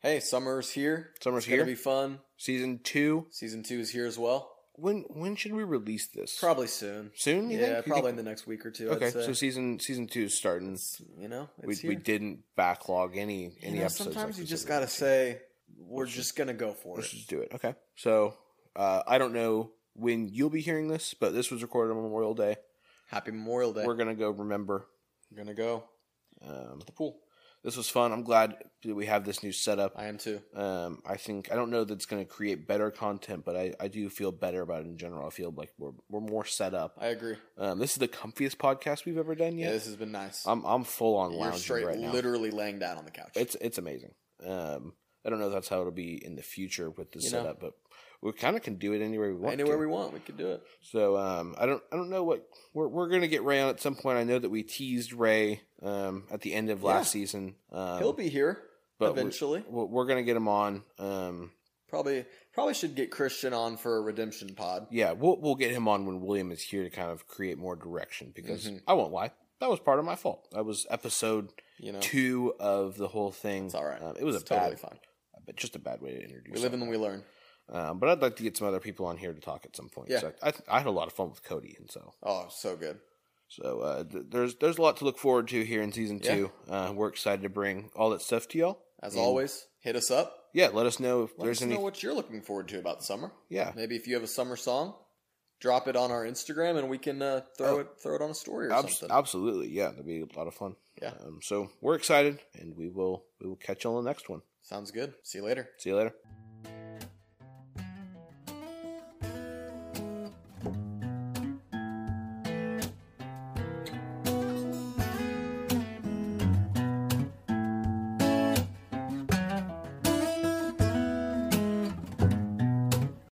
A: Hey, summer's here.
B: Summer's
A: it's gonna
B: here.
A: be fun.
B: Season two.
A: Season two is here as well.
B: When when should we release this?
A: Probably soon.
B: soon. You
A: Yeah,
B: think? You
A: probably in
B: think-
A: the next week or two.
B: okay,
A: I'd say.
B: so season season two is starting.
A: It's- you know, it's
B: We,
A: here.
B: we didn't backlog any
A: You
B: any
A: know,
B: episodes.
A: sometimes
B: like
A: you
B: this
A: just
B: that we
A: gotta
B: did.
A: say we're just gonna go for
B: let's
A: it.
B: just do it. Okay, so uh, I don't know when you'll be hearing this, but this was recorded on Memorial Day.
A: Happy Memorial Day.
B: We're
A: We're
B: gonna go remember.
A: gonna go
B: Um,
A: to the pool.
B: this was fun. I'm glad that we have this new setup.
A: I am too.
B: Um, I think I don't know that it's going to create better content, but I, I do feel better about it in general. I feel like we're we're more set up.
A: I agree.
B: Um, this is the comfiest podcast we've ever done
A: Yeah,
B: yet.
A: this has been nice.
B: I'm I'm full on
A: You're
B: lounging
A: straight,
B: right now.
A: literally laying down on the couch.
B: It's it's amazing. Um, I don't know if that's how it'll be in the future with the
A: You know.
B: setup, but we kind of can do it anywhere we want.
A: anywhere
B: to.
A: we want. We could do it.
B: So um, I don't I don't know what we're we're gonna get Ray on at some point. I know that we teased Ray um at the end of last season. Um,
A: He'll be here
B: but we-
A: eventually.
B: We're, we're gonna get him on. Um,
A: Probably probably should get Christian on for a redemption pod.
B: Yeah, we'll we'll get him on when William is here to kind of create more direction because
A: Mhm.
B: I won't lie, that was part of my fault. That was episode
A: You know,
B: two of the whole thing.
A: it's all right.
B: Um, it was
A: It's
B: a
A: totally
B: bad,
A: fine.
B: but just a bad way to introduce.
A: We live and
B: something.
A: we learn.
B: Um, but I'd like to get some other people on here to talk at some point.
A: Yeah.
B: So I, th- I had a lot of fun with Cody, and so
A: Oh, so good.
B: so uh, th- there's there's a lot to look forward to here in season
A: Yeah.
B: two. Uh, we're excited to bring all that stuff to y'all.
A: As
B: And,
A: always, hit us up.
B: yeah. Let us know if
A: Let
B: Mm. there's
A: us
B: any.
A: know what you're looking forward to about summer.
B: yeah,
A: Maybe if you have a summer song, drop it on our Instagram and we can uh, throw
B: Oh.
A: it throw it on a story or
B: abs-
A: something.
B: absolutely. Yeah, that'd be a lot of fun.
A: Yeah.
B: Um, so we're excited, and we will we will catch you on the next one.
A: Sounds good. See you later.
B: See you later.